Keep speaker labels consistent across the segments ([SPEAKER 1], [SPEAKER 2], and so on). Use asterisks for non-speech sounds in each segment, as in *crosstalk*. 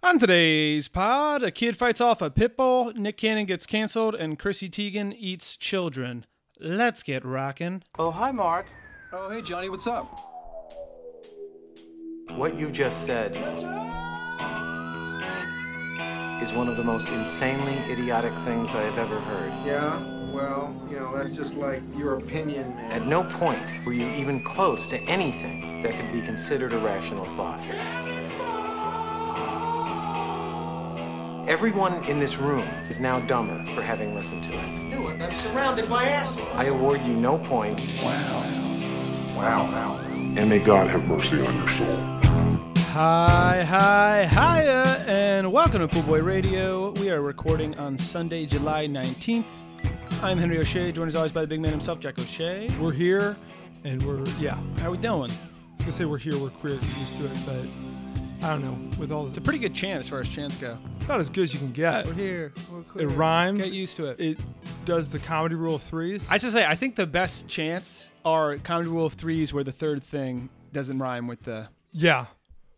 [SPEAKER 1] On today's pod, a kid fights off a pit bull, Nick Cannon gets canceled, and Chrissy Teigen eats children. Let's get rockin'.
[SPEAKER 2] Oh, hi, Mark.
[SPEAKER 3] Oh, hey, Johnny, what's up?
[SPEAKER 4] What you just said is one of the most insanely idiotic things I have ever heard.
[SPEAKER 5] Yeah, well, you know, that's just like your opinion, man.
[SPEAKER 4] At no point were you even close to anything that could be considered a rational thought. Everyone in this room is now dumber for having listened to it.
[SPEAKER 2] Do it. I'm surrounded by assholes.
[SPEAKER 4] I award you no point.
[SPEAKER 6] and may God have mercy on your soul.
[SPEAKER 1] Hi, hi, hiya, and welcome to Pool Boy Radio. We are recording on Sunday, July 19th. I'm Henry O'Shea, joined as always by the big man himself, Jack O'Shea.
[SPEAKER 7] we're here and we're yeah
[SPEAKER 1] How we doing?
[SPEAKER 7] i was gonna say we're here we're queer used to it but i don't know with all the
[SPEAKER 1] It's a pretty good chant as far as chants go.
[SPEAKER 7] it's about as good as you can get
[SPEAKER 1] We're here. We're queer.
[SPEAKER 7] It rhymes.
[SPEAKER 1] Get used to it.
[SPEAKER 7] it does the comedy rule of threes
[SPEAKER 1] I should say, I think the best chants are comedy rule of threes where the third thing doesn't rhyme with the.
[SPEAKER 7] yeah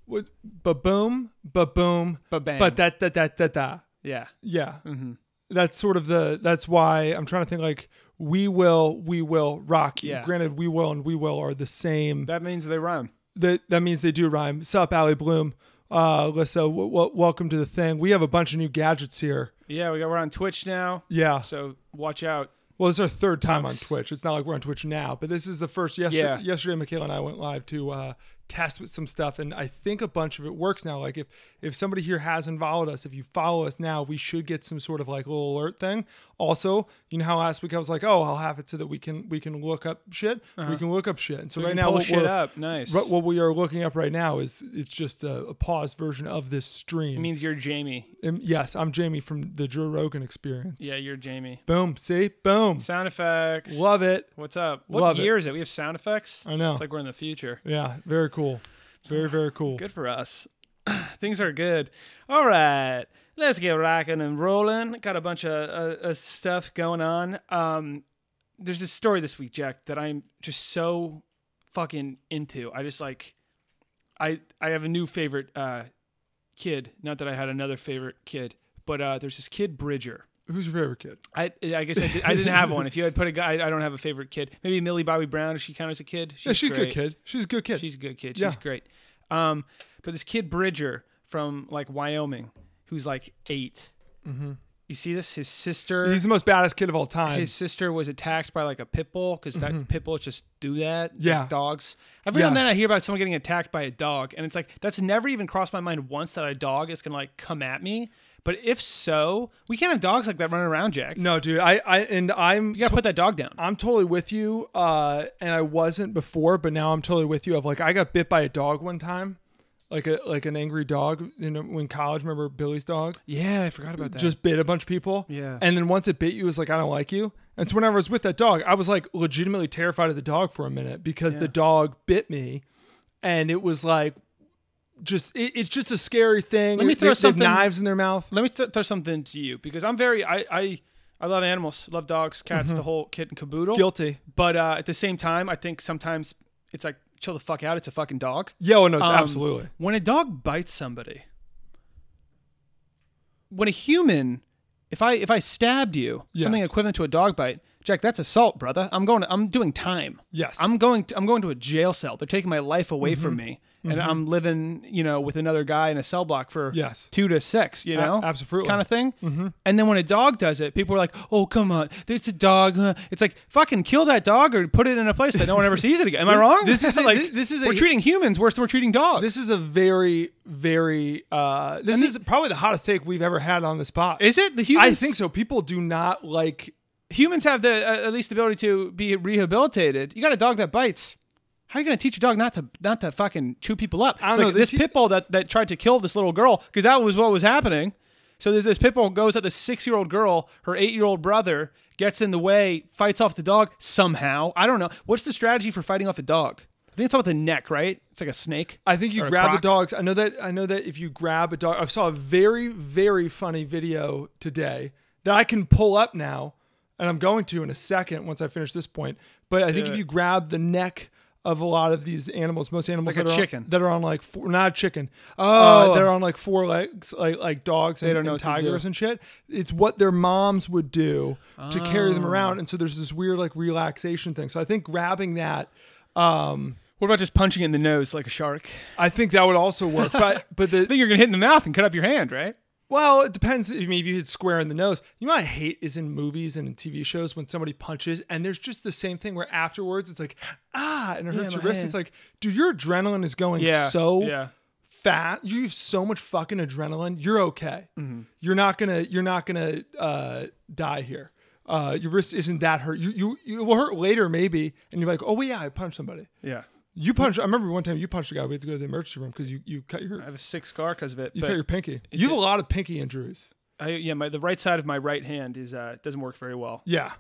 [SPEAKER 7] what but boom but boom
[SPEAKER 1] Ba-bang.
[SPEAKER 7] but that that that that that
[SPEAKER 1] Yeah.
[SPEAKER 7] yeah mm-hmm. that's sort of the that's why i'm trying to think like we will we will rock you
[SPEAKER 1] Yeah.
[SPEAKER 7] granted we will and we will are the same
[SPEAKER 1] That means they rhyme.
[SPEAKER 7] that that means they do rhyme. Sup, Allie Bloom, uh, Alyssa, w- w- welcome to the thing. We have a bunch of new gadgets here.
[SPEAKER 1] Yeah, we got, we're on Twitch now,
[SPEAKER 7] Yeah.
[SPEAKER 1] so watch out.
[SPEAKER 7] Well, this is our third time on Twitch. It's not like we're on Twitch now, but this is the first. Yesterday,
[SPEAKER 1] Yeah.
[SPEAKER 7] yesterday Michaela and I went live to uh, test with some stuff, and I think a bunch of it works now. Like if if somebody here hasn't followed us, if you follow us now, we should get some sort of like little alert thing. Also, you know how last week I was like, oh, I'll have it so that we can we can look up shit. We can look up shit. And so, right
[SPEAKER 1] Uh-huh. can
[SPEAKER 7] now,
[SPEAKER 1] pull
[SPEAKER 7] what
[SPEAKER 1] shit
[SPEAKER 7] we're-
[SPEAKER 1] up. Nice.
[SPEAKER 7] right- what we are looking up right now is it's just a, a paused version of this stream.
[SPEAKER 1] It means you're Jamie.
[SPEAKER 7] Um, yes, I'm Jamie from the Drew Rogan Experience.
[SPEAKER 1] Yeah, you're Jamie.
[SPEAKER 7] Boom. See. Boom.
[SPEAKER 1] Sound effects.
[SPEAKER 7] Love it.
[SPEAKER 1] What's up? What
[SPEAKER 7] Love it.
[SPEAKER 1] year is it? We have sound effects.
[SPEAKER 7] I know.
[SPEAKER 1] It's like we're in the future.
[SPEAKER 7] Yeah, very cool.
[SPEAKER 1] *sighs*
[SPEAKER 7] Very, very cool.
[SPEAKER 1] Good for us. *clears throat* Things are good. All right, let's get rocking and rolling. Got a bunch of uh, uh, stuff going on. Um, there's this story this week, Jack, that I'm just so fucking into. I just like, I I have a new favorite uh, kid. Not that I had another favorite kid, but uh, there's this kid Bridger.
[SPEAKER 7] Who's your favorite kid?
[SPEAKER 1] I, I guess I, did, I didn't have one. If you had put a guy, I don't have a favorite kid. Maybe Millie Bobby Brown. Does she count as a kid? She's
[SPEAKER 7] yeah, she's a
[SPEAKER 1] great.
[SPEAKER 7] good kid. She's a good kid.
[SPEAKER 1] *laughs* She's a good kid. She's
[SPEAKER 7] Yeah.
[SPEAKER 1] great. Um, but this kid Bridger from like Wyoming, who's like 8 You see this? His sister.
[SPEAKER 7] Mm-hmm. He's the most badass kid of all time.
[SPEAKER 1] his sister was attacked by like a pit bull because that pit bulls just do that. like
[SPEAKER 7] Mm-hmm. Yeah.
[SPEAKER 1] dogs. Every now and
[SPEAKER 7] Yeah.
[SPEAKER 1] then I hear about someone getting attacked by a dog, and it's like that's never even crossed my mind once that a dog is gonna like come at me. But if so, we can't have dogs like that running around, Jack.
[SPEAKER 7] no, dude. I, I and I'm
[SPEAKER 1] You gotta put that dog down.
[SPEAKER 7] I'm totally with you. Uh, and I wasn't before, but now I'm totally with you. Of like, I got bit by a dog one time, like a like an angry dog. You know, when college, remember Billy's dog?
[SPEAKER 1] Yeah, I forgot about that.
[SPEAKER 7] Just bit a bunch of people.
[SPEAKER 1] Yeah.
[SPEAKER 7] And then once it bit you, it was like, I don't like you. And so whenever I was with that dog, I was like legitimately terrified of the dog for a minute because the dog bit me, and it was like. Just it, it's just a scary thing.
[SPEAKER 1] Let me
[SPEAKER 7] They-
[SPEAKER 1] throw
[SPEAKER 7] they have
[SPEAKER 1] something-
[SPEAKER 7] knives in their mouth.
[SPEAKER 1] let me th- throw something to you because I'm very I I, I love animals, love dogs, cats, the whole kit and caboodle.
[SPEAKER 7] Mm-hmm. Guilty.
[SPEAKER 1] But uh, at the same time, I think sometimes it's like chill the fuck out. It's a fucking dog.
[SPEAKER 7] Yeah, well, no,
[SPEAKER 1] Um,
[SPEAKER 7] absolutely.
[SPEAKER 1] When a dog bites somebody, when a human, if I if I stabbed you, something
[SPEAKER 7] Yes.
[SPEAKER 1] equivalent to a dog bite, Jack, that's assault, brother. I'm going. To, I'm doing time.
[SPEAKER 7] Yes.
[SPEAKER 1] I'm going. To, I'm going to a jail cell. They're taking my life away from
[SPEAKER 7] Mm-hmm.
[SPEAKER 1] me, and I'm living, you know, with another guy in a cell block for
[SPEAKER 7] Yes.
[SPEAKER 1] two to six. You
[SPEAKER 7] A-
[SPEAKER 1] know,
[SPEAKER 7] absolutely.
[SPEAKER 1] kind of thing. Mm-hmm. And then when a dog does it, people are like, "Oh, come on, it's a dog." huh." It's like fucking kill that dog or put it in a place that no one ever sees it again. Am I wrong? *laughs*
[SPEAKER 7] This is a-
[SPEAKER 1] like
[SPEAKER 7] this is a-
[SPEAKER 1] we're treating humans worse than we're treating dogs.
[SPEAKER 7] This is a very, very. uh This is probably the hottest take we've ever had on this pod.
[SPEAKER 1] Is it the humans?
[SPEAKER 7] I think so. People do not like.
[SPEAKER 1] Humans have the uh, at least the ability to be rehabilitated. You got a dog that bites. How are you going to teach a dog not to not to fucking chew people up?
[SPEAKER 7] I
[SPEAKER 1] It's
[SPEAKER 7] don't
[SPEAKER 1] like
[SPEAKER 7] know,
[SPEAKER 1] this
[SPEAKER 7] the te-
[SPEAKER 1] pit bull that that tried to kill this little girl because that was what was happening. So there's this pit bull goes at the six year old girl. Her eight year old brother gets in the way, fights off the dog somehow. I don't know. What's the strategy for fighting off a dog? I think it's all about the neck, right? It's like a snake.
[SPEAKER 7] I think
[SPEAKER 1] Or
[SPEAKER 7] you
[SPEAKER 1] a
[SPEAKER 7] grab the
[SPEAKER 1] croc.
[SPEAKER 7] dogs. I know that. I know that if you grab a dog, I saw a very, very funny video today that I can pull up now, and I'm going to in a second once I finish this point. But I think if you grab the neck of a lot of these animals. Most animals
[SPEAKER 1] Like a
[SPEAKER 7] that are
[SPEAKER 1] chicken.
[SPEAKER 7] On, that are on like four, not chicken.
[SPEAKER 1] Oh.
[SPEAKER 7] uh, they're on like four legs, like like dogs. They and,
[SPEAKER 1] don't know
[SPEAKER 7] and
[SPEAKER 1] what to do.
[SPEAKER 7] tigers and shit. It's what their moms would do to carry
[SPEAKER 1] Oh.
[SPEAKER 7] them around, and so there's this weird like relaxation thing. So I think grabbing that.
[SPEAKER 1] What about just punching it in the nose like a shark? *laughs*
[SPEAKER 7] I think that would also work, but but the
[SPEAKER 1] I think you're gonna hit in the mouth and cut up your hand, right?
[SPEAKER 7] Well, it depends. I mean, if you hit square in the nose, you know what I hate is in movies and in TV shows when somebody punches and there's just the same thing where afterwards it's like, ah, and it hurts your
[SPEAKER 1] my
[SPEAKER 7] wrist.
[SPEAKER 1] hand.
[SPEAKER 7] It's like, dude, your adrenaline is going so
[SPEAKER 1] yeah.
[SPEAKER 7] fat. You have so much fucking adrenaline. You're okay.
[SPEAKER 1] Mm-hmm.
[SPEAKER 7] You're not gonna. You're not gonna uh, die here. Uh, your wrist isn't that hurt. You you you will hurt later maybe, and you're like, oh well, yeah, I punched somebody.
[SPEAKER 1] Yeah.
[SPEAKER 7] You punched. I remember one time you punched a guy. We had to go to the emergency room because you you cut your
[SPEAKER 1] I have a sick scar because of it.
[SPEAKER 7] you
[SPEAKER 1] but
[SPEAKER 7] cut your pinky. You have a lot of pinky injuries.
[SPEAKER 1] I, yeah, my the right side of my right hand is uh doesn't work very well.
[SPEAKER 7] Yeah.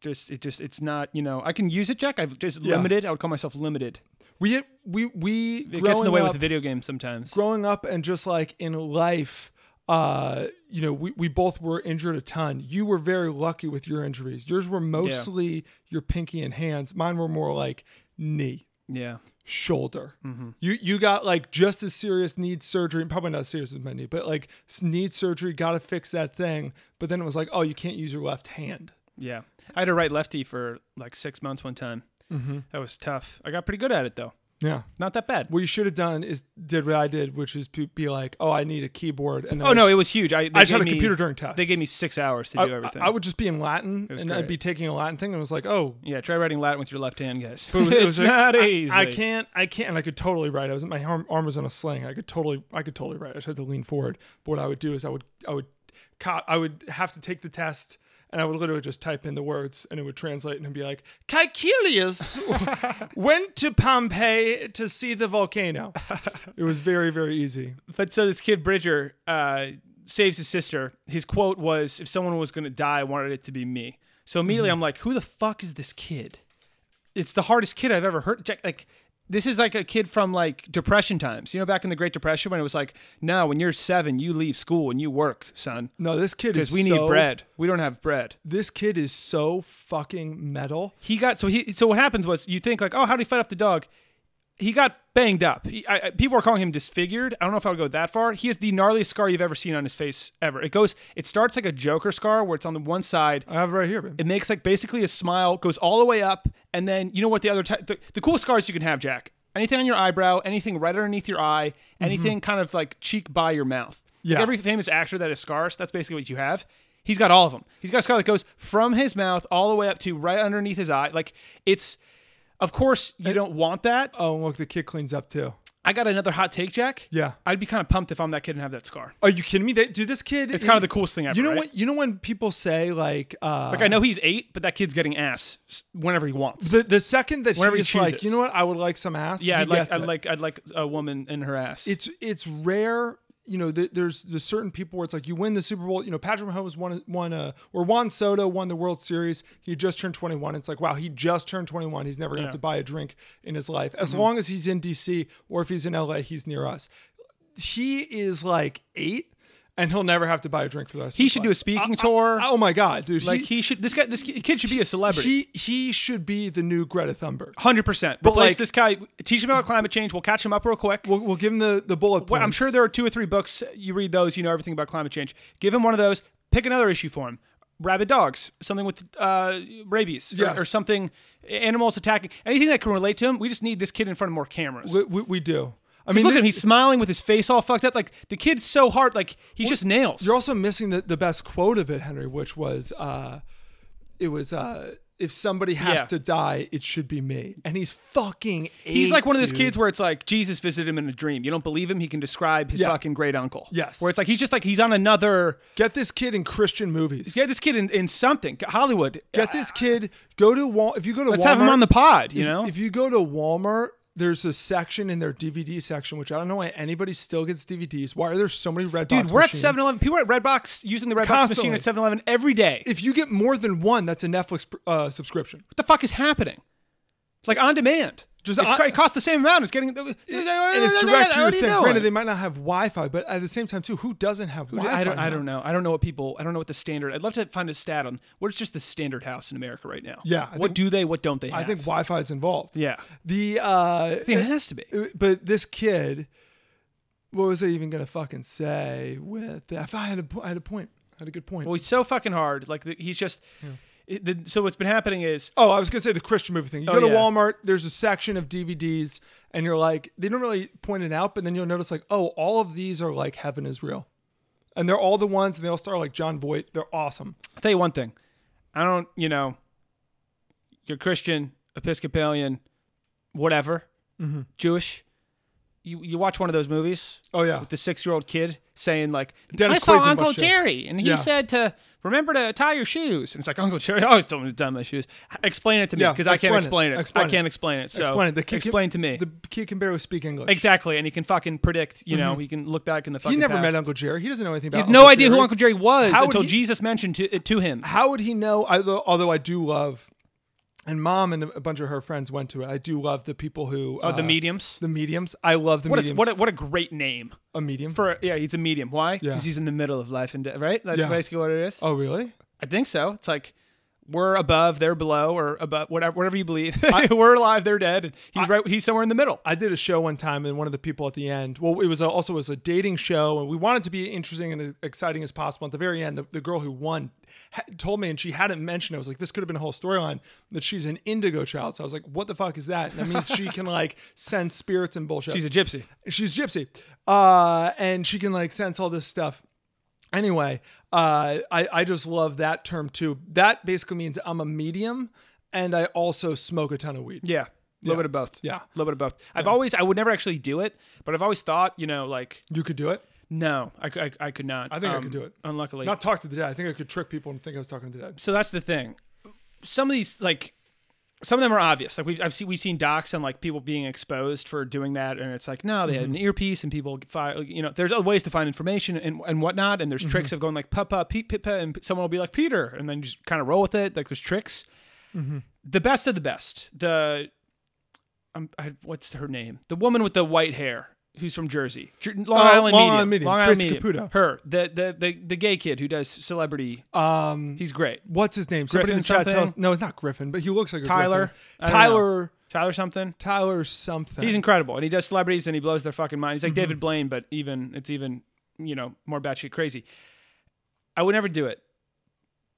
[SPEAKER 1] Just it just it's not you know I can use it, Jack. I've just
[SPEAKER 7] Yeah.
[SPEAKER 1] limited. I would call myself limited.
[SPEAKER 7] We we we
[SPEAKER 1] It
[SPEAKER 7] growing
[SPEAKER 1] gets in the way
[SPEAKER 7] up,
[SPEAKER 1] with the video game sometimes.
[SPEAKER 7] growing up and just like in life, uh, you know, we, we both were injured a ton. You were very lucky with your injuries. Yours were mostly your pinky and hands. Mine were more like knee,
[SPEAKER 1] yeah.
[SPEAKER 7] shoulder.
[SPEAKER 1] Mm-hmm.
[SPEAKER 7] You you got like just as serious knee surgery, probably not as serious as my knee, but like s- knee surgery, gotta fix that thing. But then it was like, oh, you can't use your left hand.
[SPEAKER 1] Yeah. I had a right lefty for like six months one time.
[SPEAKER 7] Mm-hmm.
[SPEAKER 1] That was tough. I got pretty good at it though.
[SPEAKER 7] Yeah.
[SPEAKER 1] Not that bad.
[SPEAKER 7] What you should have done is did what I did, which is pe- be like, oh, I need a keyboard. And then
[SPEAKER 1] Oh
[SPEAKER 7] I
[SPEAKER 1] no,
[SPEAKER 7] s-
[SPEAKER 1] it was huge. I, they
[SPEAKER 7] I just had
[SPEAKER 1] gave
[SPEAKER 7] a
[SPEAKER 1] me-
[SPEAKER 7] computer during tests.
[SPEAKER 1] They gave me six hours to do everything.
[SPEAKER 7] I, I would just be in Latin
[SPEAKER 1] was
[SPEAKER 7] and I'd
[SPEAKER 1] great.
[SPEAKER 7] be taking a Latin thing and it was like, oh,
[SPEAKER 1] yeah, try writing Latin with your left hand, guys.
[SPEAKER 7] it
[SPEAKER 1] *laughs*
[SPEAKER 7] was- it was
[SPEAKER 1] it's
[SPEAKER 7] like,
[SPEAKER 1] not
[SPEAKER 7] I,
[SPEAKER 1] easy.
[SPEAKER 7] I can't, I can't, and I could totally write. I was my arm, arm was on a sling. I could totally, I could totally write. I just had to lean forward. But what I would do is I would, I would, co- I would have to take the test. And I would literally just type in the words, and it would translate, and it'd be like,
[SPEAKER 1] *laughs*
[SPEAKER 7] "Caecilius went to Pompeii to see the volcano." It was very, very easy.
[SPEAKER 1] But so this kid Bridger uh, saves his sister. His quote was, "If someone was going to die, I wanted it to be me." So immediately I'm like, "Who the fuck is this kid?" It's the hardest kid I've ever heard. Jack, like, this is like a kid from like Depression times. You know, back in the Great Depression when it was like, "No, when you're seven, you leave school and you work, son,
[SPEAKER 7] No, this kid
[SPEAKER 1] because
[SPEAKER 7] is
[SPEAKER 1] we need
[SPEAKER 7] so-
[SPEAKER 1] bread. We don't have bread."
[SPEAKER 7] This kid is so fucking metal.
[SPEAKER 1] he got so he so what happens was you think like oh how did he fight off the dog he got banged up he, I, I- people are calling him disfigured i don't know if i would go that far he has the gnarliest scar you've ever seen on his face ever it goes it starts like a joker scar where it's on the one side
[SPEAKER 7] I have it right here. man.
[SPEAKER 1] it makes like basically a smile goes all the way up and then you know what the other ti- the, the coolest scars you can have jack anything on your eyebrow anything right underneath your eye anything kind of like cheek by your mouth Like,
[SPEAKER 7] Mm-hmm. Yeah.
[SPEAKER 1] every famous actor that is scars that's basically what you have he's got all of them he's got a scar that goes from his mouth all the way up to right underneath his eye like it's of course
[SPEAKER 7] Eh.
[SPEAKER 1] you don't want that
[SPEAKER 7] Oh, and look, the kid cleans up too.
[SPEAKER 1] i got another hot take jack
[SPEAKER 7] Yeah.
[SPEAKER 1] i'd be kind of pumped if i'm that kid and have that scar
[SPEAKER 7] Are you kidding me? They, dude, this kid.
[SPEAKER 1] It's kind of the coolest thing ever,
[SPEAKER 7] You know
[SPEAKER 1] right?
[SPEAKER 7] what? You know when people say like, uh,
[SPEAKER 1] like i know he's eight but that kid's getting ass s- whenever he wants
[SPEAKER 7] the the second that
[SPEAKER 1] Whenever he
[SPEAKER 7] he's like,
[SPEAKER 1] chooses.
[SPEAKER 7] you know what? I would like some ass.
[SPEAKER 1] yeah
[SPEAKER 7] he
[SPEAKER 1] i'd like
[SPEAKER 7] gets
[SPEAKER 1] i'd
[SPEAKER 7] it.
[SPEAKER 1] like i'd like a woman in her ass
[SPEAKER 7] It's it's rare. You know, th- there's there's certain people where it's like you win the Super Bowl. You know, Patrick Mahomes won won uh, or Juan Soto won the World Series. He just turned 21. It's like wow, he just turned 21. He's never gonna have to buy a drink in his life
[SPEAKER 1] Mm-hmm.
[SPEAKER 7] as long as he's in D.C. or if he's in L.A. He's near us. He is like eight, and he'll never have to buy a drink for the rest.
[SPEAKER 1] He should do a speaking tour.
[SPEAKER 7] Oh my god, dude!
[SPEAKER 1] like he, should. This guy, this ki- kid should be a celebrity.
[SPEAKER 7] he he should be the new Greta Thunberg.
[SPEAKER 1] Hundred percent.
[SPEAKER 7] But,
[SPEAKER 1] Replace
[SPEAKER 7] like-
[SPEAKER 1] this guy. Teach him about climate change. We'll catch him up real quick.
[SPEAKER 7] We'll, we'll give him the the bullet. Points.
[SPEAKER 1] Well, I'm sure there are two or three books. You read those, you know everything about climate change. Give him one of those. Pick another issue for him. Rabid dogs, something with uh, rabies, or-
[SPEAKER 7] Yes.
[SPEAKER 1] or, something. Animals attacking. Anything that can relate to him. We just need this kid in front of more cameras.
[SPEAKER 7] we, we, we do. I
[SPEAKER 1] Look
[SPEAKER 7] mean,
[SPEAKER 1] at
[SPEAKER 7] th-
[SPEAKER 1] him. He's smiling with his face all fucked up. Like the kid's so hard. Like he just nails.
[SPEAKER 7] You're also missing the, the best quote of it, Henry, which was, uh, it was, uh, if somebody has
[SPEAKER 1] Yeah.
[SPEAKER 7] to die, it should be me. And he's fucking.
[SPEAKER 1] He's
[SPEAKER 7] eight,
[SPEAKER 1] like one of those
[SPEAKER 7] dude.
[SPEAKER 1] kids where it's like Jesus visited him in a dream. You don't believe him? He can describe his
[SPEAKER 7] Yeah.
[SPEAKER 1] fucking great uncle.
[SPEAKER 7] Yes.
[SPEAKER 1] Where it's like he's just like he's on another.
[SPEAKER 7] Get this kid in Christian movies.
[SPEAKER 1] Get this kid in, in something. Hollywood. uh,
[SPEAKER 7] Get this kid. Go to Wal. If you go to
[SPEAKER 1] Let's
[SPEAKER 7] Walmart,
[SPEAKER 1] have him on the pod. You
[SPEAKER 7] if,
[SPEAKER 1] know.
[SPEAKER 7] if you go to Walmart. There's a section in their DVD section, which I don't know why anybody still gets DVDs. Why are there so many red?
[SPEAKER 1] Dude,
[SPEAKER 7] box
[SPEAKER 1] we're
[SPEAKER 7] machines?
[SPEAKER 1] at 7-Eleven. People are at Redbox using the Redbox machine
[SPEAKER 7] Constantly.
[SPEAKER 1] at 7-Eleven every day.
[SPEAKER 7] If
[SPEAKER 1] *laughs*
[SPEAKER 7] you get more than one, that's a Netflix uh, subscription.
[SPEAKER 1] what the fuck is happening? Like on demand.
[SPEAKER 7] Just
[SPEAKER 1] It's,
[SPEAKER 7] I-
[SPEAKER 1] co- it costs the same amount. It's getting. And
[SPEAKER 7] and it's direct to your thing. Granted, they might not have Wi-Fi, but at the same time, too, who doesn't have Wi-Fi?
[SPEAKER 1] I don't. I
[SPEAKER 7] now?
[SPEAKER 1] don't know. I don't know what people. I don't know what the standard. I'd love to find a stat on what's just the standard house in America right now.
[SPEAKER 7] Yeah, I
[SPEAKER 1] what
[SPEAKER 7] think-
[SPEAKER 1] do they? What don't they? Have?
[SPEAKER 7] I think Wi-Fi is involved.
[SPEAKER 1] Yeah.
[SPEAKER 7] The uh,
[SPEAKER 1] I think it has to be.
[SPEAKER 7] but this kid, what was I even gonna fucking say with that? If I had a, po- I had a point. I had a good point.
[SPEAKER 1] Well, he's so fucking hard. Like the, he's just. It, the, so what's been happening is
[SPEAKER 7] Oh, I was gonna say the Christian movie thing. You
[SPEAKER 1] Oh,
[SPEAKER 7] go to
[SPEAKER 1] yeah.
[SPEAKER 7] Walmart, there's a section of DVDs, and you're like, they don't really point it out, but then you'll notice like, oh, all of these are like Heaven is Real, and they're all the ones, and they all star like John Voight. They're awesome.
[SPEAKER 1] I'll tell you one thing. I don't, you know, you're Christian, Episcopalian, whatever, Mm-hmm. Jewish. You you watch one of those movies
[SPEAKER 7] Oh yeah,
[SPEAKER 1] with the six year old kid saying like,
[SPEAKER 7] Dennis
[SPEAKER 1] "I saw
[SPEAKER 7] Quaid's in
[SPEAKER 1] Uncle
[SPEAKER 7] Bush, yeah.
[SPEAKER 1] Jerry, and he
[SPEAKER 7] Yeah.
[SPEAKER 1] said to remember to tie your shoes." And it's like Uncle Jerry always told me to tie my shoes. Explain it to me
[SPEAKER 7] Yeah,
[SPEAKER 1] because I can't
[SPEAKER 7] explain
[SPEAKER 1] explain
[SPEAKER 7] it.
[SPEAKER 1] it.
[SPEAKER 7] Explain
[SPEAKER 1] I
[SPEAKER 7] it.
[SPEAKER 1] can't explain it. So
[SPEAKER 7] explain it. The kid can-
[SPEAKER 1] explain to me
[SPEAKER 7] The kid can barely speak English.
[SPEAKER 1] exactly, and he can fucking predict. You know, he can look back in the fucking.
[SPEAKER 7] Mm-hmm. He never
[SPEAKER 1] past.
[SPEAKER 7] met Uncle Jerry. He doesn't know anything about.
[SPEAKER 1] He has
[SPEAKER 7] Uncle
[SPEAKER 1] no idea who
[SPEAKER 7] Jerry.
[SPEAKER 1] Uncle Jerry was
[SPEAKER 7] How would
[SPEAKER 1] until
[SPEAKER 7] he-
[SPEAKER 1] Jesus mentioned to, it to him.
[SPEAKER 7] how would he know? Although, although I do love, and mom and a bunch of her friends went to it. I do love the people who. uh,
[SPEAKER 1] Oh, the mediums?
[SPEAKER 7] The mediums. I love the
[SPEAKER 1] What a,
[SPEAKER 7] mediums.
[SPEAKER 1] what a, what a great name
[SPEAKER 7] a medium.
[SPEAKER 1] for yeah he's a medium why
[SPEAKER 7] Yeah.
[SPEAKER 1] because he's in the middle of life and death right that's
[SPEAKER 7] Yeah.
[SPEAKER 1] basically what it is
[SPEAKER 7] oh, really?
[SPEAKER 1] I think so it's like we're above they're below or above whatever whatever you believe *laughs* we're alive they're dead and he's right he's somewhere in the middle
[SPEAKER 7] I did a show one time, and one of the people at the end. Well, it was a, also was a dating show, and we wanted to be interesting and as exciting as possible. At the very end, the, the girl who won ha- told me, and she hadn't mentioned. it. I was like, this could have been a whole storyline that she's an indigo child. So I was like, what the fuck is that? And that means she can like *laughs* send spirits and bullshit.
[SPEAKER 1] she's a gypsy
[SPEAKER 7] she's gypsy uh and she can like sense all this stuff anyway uh i i just love that term too that basically means i'm a medium and i also smoke a ton of weed
[SPEAKER 1] yeah a little bit of both
[SPEAKER 7] Yeah.
[SPEAKER 1] a little bit of both I've always I would never actually do it but I've always thought you know like
[SPEAKER 7] you could do it
[SPEAKER 1] no I, c- I, I could not Um,
[SPEAKER 7] I think I could do it.
[SPEAKER 1] unluckily
[SPEAKER 7] not talk to the dead i think i could trick people and think i was talking to the dead
[SPEAKER 1] so that's the thing. Some of these like some of them are obvious. Like we've I've seen we've seen docs on like people being exposed for doing that, and it's like no, they had
[SPEAKER 7] Mm-hmm.
[SPEAKER 1] an earpiece, and people fi- you know there's other ways to find information and, and whatnot, and there's
[SPEAKER 7] Mm-hmm.
[SPEAKER 1] tricks of going like papa Pete Pippa, and someone will be like Peter, and then you just kind of roll with it. Like there's tricks.
[SPEAKER 7] Mm-hmm.
[SPEAKER 1] The best of the best. The um, I, what's her name? The woman with the white hair who's from Jersey, Jer- Long
[SPEAKER 7] Uh,
[SPEAKER 1] Island
[SPEAKER 7] Long
[SPEAKER 1] Medium.
[SPEAKER 7] Island Medium,
[SPEAKER 1] Long Island
[SPEAKER 7] Tracy
[SPEAKER 1] Medium.
[SPEAKER 7] Caputo.
[SPEAKER 1] Her the, the the the gay kid who does celebrity.
[SPEAKER 7] um
[SPEAKER 1] He's great.
[SPEAKER 7] what's his name somebody in the
[SPEAKER 1] Griffin
[SPEAKER 7] chat tell us
[SPEAKER 1] something?
[SPEAKER 7] no it's not griffin but he looks like a
[SPEAKER 1] Tyler.
[SPEAKER 7] Griffin.
[SPEAKER 1] I don't
[SPEAKER 7] tyler
[SPEAKER 1] Tyler something.
[SPEAKER 7] tyler something
[SPEAKER 1] He's incredible, and he does celebrities, and he blows their fucking mind. He's
[SPEAKER 7] Mm-hmm.
[SPEAKER 1] like David Blaine, but even it's even you know more batshit crazy. I would never do it,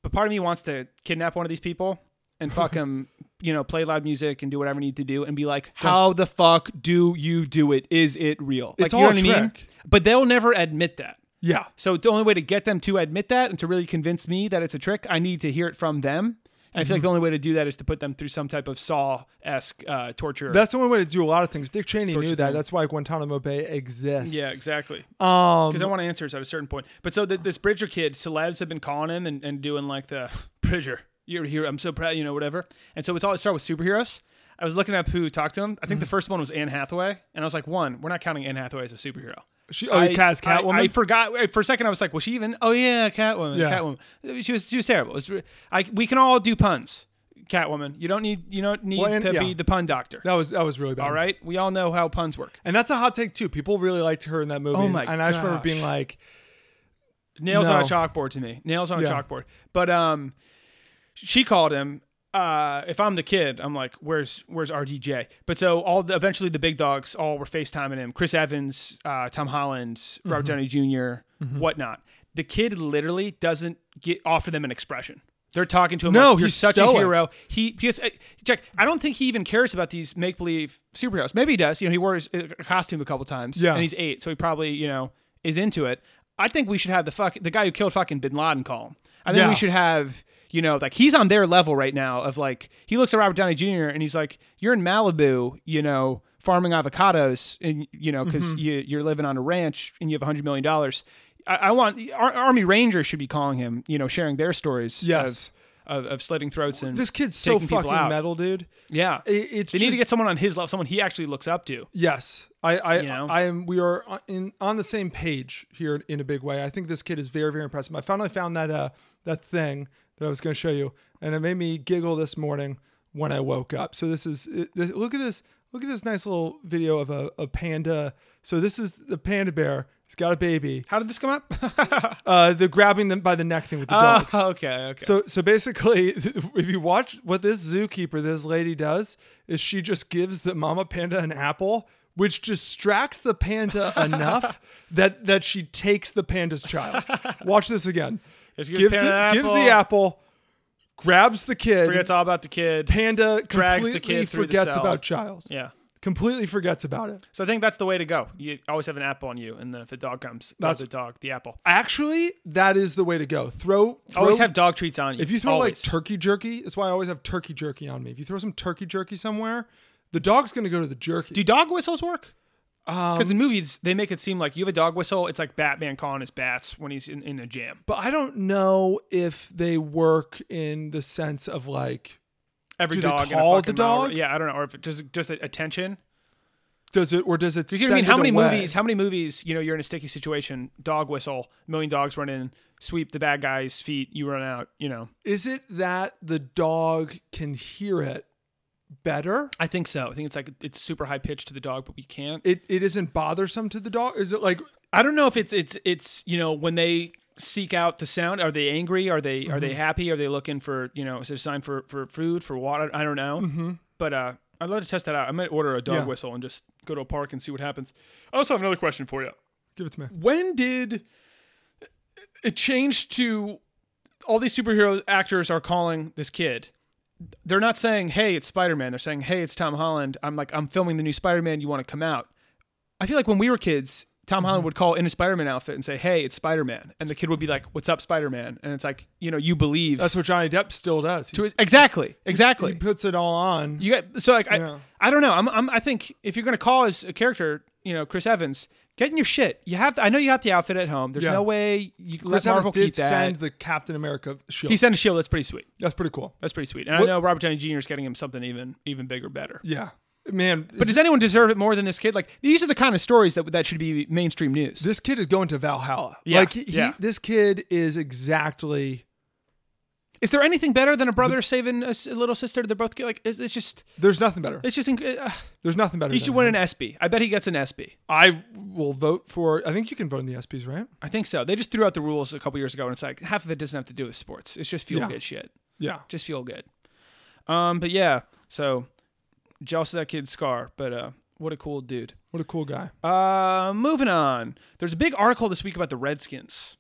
[SPEAKER 1] but part of me wants to kidnap one of these people and
[SPEAKER 7] *laughs*
[SPEAKER 1] fuck him. You know, play loud music and do whatever I need to do, and be like, "How the fuck do you do it? Is it real?
[SPEAKER 7] It's
[SPEAKER 1] like,
[SPEAKER 7] all
[SPEAKER 1] you
[SPEAKER 7] a
[SPEAKER 1] know what I mean?
[SPEAKER 7] trick.
[SPEAKER 1] But they'll never admit that.
[SPEAKER 7] yeah
[SPEAKER 1] So the only way to get them to admit that and to really convince me that it's a trick, I need to hear it from them. And I
[SPEAKER 7] Mm-hmm.
[SPEAKER 1] feel like the only way to do that is to put them through some type of Saw esque uh, torture.
[SPEAKER 7] that's the only way to do a lot of things dick cheney
[SPEAKER 1] Torture
[SPEAKER 7] knew that
[SPEAKER 1] thing.
[SPEAKER 7] that's why guantanamo bay exists
[SPEAKER 1] Yeah, exactly.
[SPEAKER 7] um
[SPEAKER 1] Because I want answers at a certain point. But so th- this Bridger kid, celebs have been calling him and, and doing like the *laughs* Bridger, you're here. I'm so proud, you know, whatever. And so it's always start with superheroes. I was looking up who talked to him. I think the
[SPEAKER 7] Mm-hmm.
[SPEAKER 1] first one was Anne Hathaway, and I was like, one, we're not counting Anne Hathaway as a superhero.
[SPEAKER 7] She, oh,
[SPEAKER 1] I-
[SPEAKER 7] you cast
[SPEAKER 1] I-
[SPEAKER 7] Catwoman.
[SPEAKER 1] I, forgot eh, for a second. I was like, was she even? Oh yeah, Catwoman.
[SPEAKER 7] Yeah.
[SPEAKER 1] Catwoman. She was. She was terrible. It was re- I, we can all do puns. Catwoman. You don't need. You don't need
[SPEAKER 7] Well, and-
[SPEAKER 1] to
[SPEAKER 7] yeah.
[SPEAKER 1] be the pun doctor.
[SPEAKER 7] that was that was really bad.
[SPEAKER 1] All right. We all know how puns work.
[SPEAKER 7] and that's a hot take too. People really liked her in that movie.
[SPEAKER 1] Oh my
[SPEAKER 7] And I just remember
[SPEAKER 1] gosh.
[SPEAKER 7] being like,
[SPEAKER 1] nails on a
[SPEAKER 7] No.
[SPEAKER 1] chalkboard to me nails on a
[SPEAKER 7] Yeah.
[SPEAKER 1] chalkboard but um she called him uh if i'm the kid i'm like where's where's rdj but so all the, eventually the big dogs all were facetiming him chris evans uh tom holland
[SPEAKER 7] Mm-hmm.
[SPEAKER 1] robert downey junior whatnot the kid literally doesn't get offer them an expression they're talking to him
[SPEAKER 7] No,
[SPEAKER 1] like, you're
[SPEAKER 7] he's
[SPEAKER 1] such
[SPEAKER 7] stoic.
[SPEAKER 1] a hero he because uh, check i don't think he even cares about these make-believe superheroes maybe he does you know he wore his uh, costume a couple times
[SPEAKER 7] Yeah.
[SPEAKER 1] and he's eight, so he probably you know is into it. I think we should have the fuck the guy who killed fucking Bin Laden call him. I think
[SPEAKER 7] Yeah.
[SPEAKER 1] we should have you know like he's on their level right now of like he looks at Robert Downey Jr. and he's like you're in Malibu, you know, farming avocados and you know because
[SPEAKER 7] Mm-hmm.
[SPEAKER 1] you you're living on a ranch and you have a hundred million dollars. I, I want Ar- Army Rangers should be calling him, you know, sharing their stories.
[SPEAKER 7] Yes.
[SPEAKER 1] Of, of, of slitting throats and
[SPEAKER 7] "This kid's so
[SPEAKER 1] taking people
[SPEAKER 7] fucking
[SPEAKER 1] out.
[SPEAKER 7] metal, dude."
[SPEAKER 1] Yeah,
[SPEAKER 7] It- it's
[SPEAKER 1] they need to
[SPEAKER 7] just-
[SPEAKER 1] get someone on his level, someone he actually looks up to.
[SPEAKER 7] Yes, I, I,
[SPEAKER 1] You know?
[SPEAKER 7] I am. We are on- in on the same page here in a big way. I think this kid is very, very impressive. I finally found that uh that thing that I was going to show you, and it made me giggle this morning when I woke up. So this is it, this, look at this. Look at this nice little video of a, a panda. So this is the panda bear. He's got a baby.
[SPEAKER 1] How did this come up?
[SPEAKER 7] *laughs*
[SPEAKER 1] *laughs*
[SPEAKER 7] Uh, the grabbing them by the neck thing with the dogs.
[SPEAKER 1] Oh, okay, okay.
[SPEAKER 7] So so basically, *laughs* if you watch what this zookeeper, this lady does, is she just gives the mama panda an apple, which distracts the panda
[SPEAKER 1] *laughs*
[SPEAKER 7] enough that that she takes the panda's child. Watch this again.
[SPEAKER 1] If you give
[SPEAKER 7] gives,
[SPEAKER 1] panda
[SPEAKER 7] the,
[SPEAKER 1] an
[SPEAKER 7] gives
[SPEAKER 1] apple-
[SPEAKER 7] the apple, grabs the kid.
[SPEAKER 1] forgets all about the kid.
[SPEAKER 7] panda
[SPEAKER 1] drags the
[SPEAKER 7] completely
[SPEAKER 1] kid through the
[SPEAKER 7] forgets
[SPEAKER 1] cell.
[SPEAKER 7] about child.
[SPEAKER 1] yeah.
[SPEAKER 7] Completely forgets about it.
[SPEAKER 1] So I think that's the way to go. You always have an apple on you, and then if a dog comes, that's
[SPEAKER 7] That's-
[SPEAKER 1] the dog, the apple.
[SPEAKER 7] Actually, that is the way to go. Throw, throw
[SPEAKER 1] Always have dog treats on you.
[SPEAKER 7] If you throw
[SPEAKER 1] always.
[SPEAKER 7] like turkey jerky, that's why I always have turkey jerky on me. If you throw some turkey jerky somewhere, the dog's gonna go to the jerky.
[SPEAKER 1] do dog whistles work?
[SPEAKER 7] Um,
[SPEAKER 1] Because in movies they make it seem like you have a dog whistle. It's like Batman calling his bats when he's in, in a jam.
[SPEAKER 7] but I don't know if they work in the sense of like,
[SPEAKER 1] Every
[SPEAKER 7] Do they
[SPEAKER 1] dog in a
[SPEAKER 7] call
[SPEAKER 1] fucking
[SPEAKER 7] the
[SPEAKER 1] mile-
[SPEAKER 7] dog?
[SPEAKER 1] Yeah, I don't know, or if it just just attention.
[SPEAKER 7] does it or does it?
[SPEAKER 1] Because you know what I
[SPEAKER 7] send
[SPEAKER 1] mean? How
[SPEAKER 7] it
[SPEAKER 1] many
[SPEAKER 7] away?
[SPEAKER 1] movies? How many movies? You know, you're in a sticky situation. Dog whistle. Million dogs run in, sweep the bad guy's feet. You run out. You know.
[SPEAKER 7] Is it that the dog can hear it better?
[SPEAKER 1] I think so. I think it's like it's super high pitched to the dog, but we can't.
[SPEAKER 7] It it isn't bothersome to the dog. Is it like
[SPEAKER 1] I don't know if it's it's it's you know when they seek out the sound are they angry are they are they happy are they looking for you know is it a sign for for food for water I don't know but uh I'd love to test that out I might order a dog
[SPEAKER 7] Yeah.
[SPEAKER 1] whistle and just go to a park and see what happens I also have another question for you
[SPEAKER 7] give it to me?
[SPEAKER 1] when did it change to all these superhero actors are calling this kid they're not saying hey it's spider-man they're saying hey it's tom holland i'm like i'm filming the new spider-man you want to come out i feel like when we were kids tom
[SPEAKER 7] Mm-hmm.
[SPEAKER 1] holland would call in a spider-man outfit and say hey it's spider-man and the kid would be like what's up spider-man and it's like you know you believe
[SPEAKER 7] That's what Johnny Depp still does. He,
[SPEAKER 1] to his- exactly exactly
[SPEAKER 7] he puts it all on.
[SPEAKER 1] you got so like
[SPEAKER 7] Yeah.
[SPEAKER 1] I, I don't know. I'm, I'm I think if you're gonna call as a character, you know, Chris Evans, get in your shit. You have I know you have the outfit at home. There's
[SPEAKER 7] Yeah.
[SPEAKER 1] no way you
[SPEAKER 7] Chris
[SPEAKER 1] let
[SPEAKER 7] Evans
[SPEAKER 1] Marvel
[SPEAKER 7] did
[SPEAKER 1] keep that.
[SPEAKER 7] send the Captain America shield.
[SPEAKER 1] he sent a shield. That's pretty sweet.
[SPEAKER 7] That's pretty cool.
[SPEAKER 1] That's pretty sweet. And I
[SPEAKER 7] What-
[SPEAKER 1] know Robert Downey Jr. is getting him something even even bigger, better.
[SPEAKER 7] Yeah, man.
[SPEAKER 1] But does anyone deserve it more than this kid? Like these are the kind of stories that that should be mainstream news.
[SPEAKER 7] this kid is going to Valhalla.
[SPEAKER 1] Yeah,
[SPEAKER 7] like he,
[SPEAKER 1] yeah.
[SPEAKER 7] this kid is exactly.
[SPEAKER 1] Is there anything better than a brother saving a, s- a little sister? They're both like it's, it's just
[SPEAKER 7] There's nothing better.
[SPEAKER 1] it's just inc- uh,
[SPEAKER 7] There's nothing better.
[SPEAKER 1] he
[SPEAKER 7] than
[SPEAKER 1] should win
[SPEAKER 7] him.
[SPEAKER 1] an SB. I bet he gets an SB.
[SPEAKER 7] I will vote for. I think you can vote in the SPs, right?
[SPEAKER 1] I think so. They just threw out the rules a couple years ago, and it's like half of it doesn't have to do with sports. It's just feel
[SPEAKER 7] Yeah.
[SPEAKER 1] good shit.
[SPEAKER 7] Yeah.
[SPEAKER 1] just feel good. Um, but yeah, so jealous of that kid's scar, but uh, what a cool dude.
[SPEAKER 7] What a cool guy.
[SPEAKER 1] Uh, moving on. There's a big article this week about the Redskins.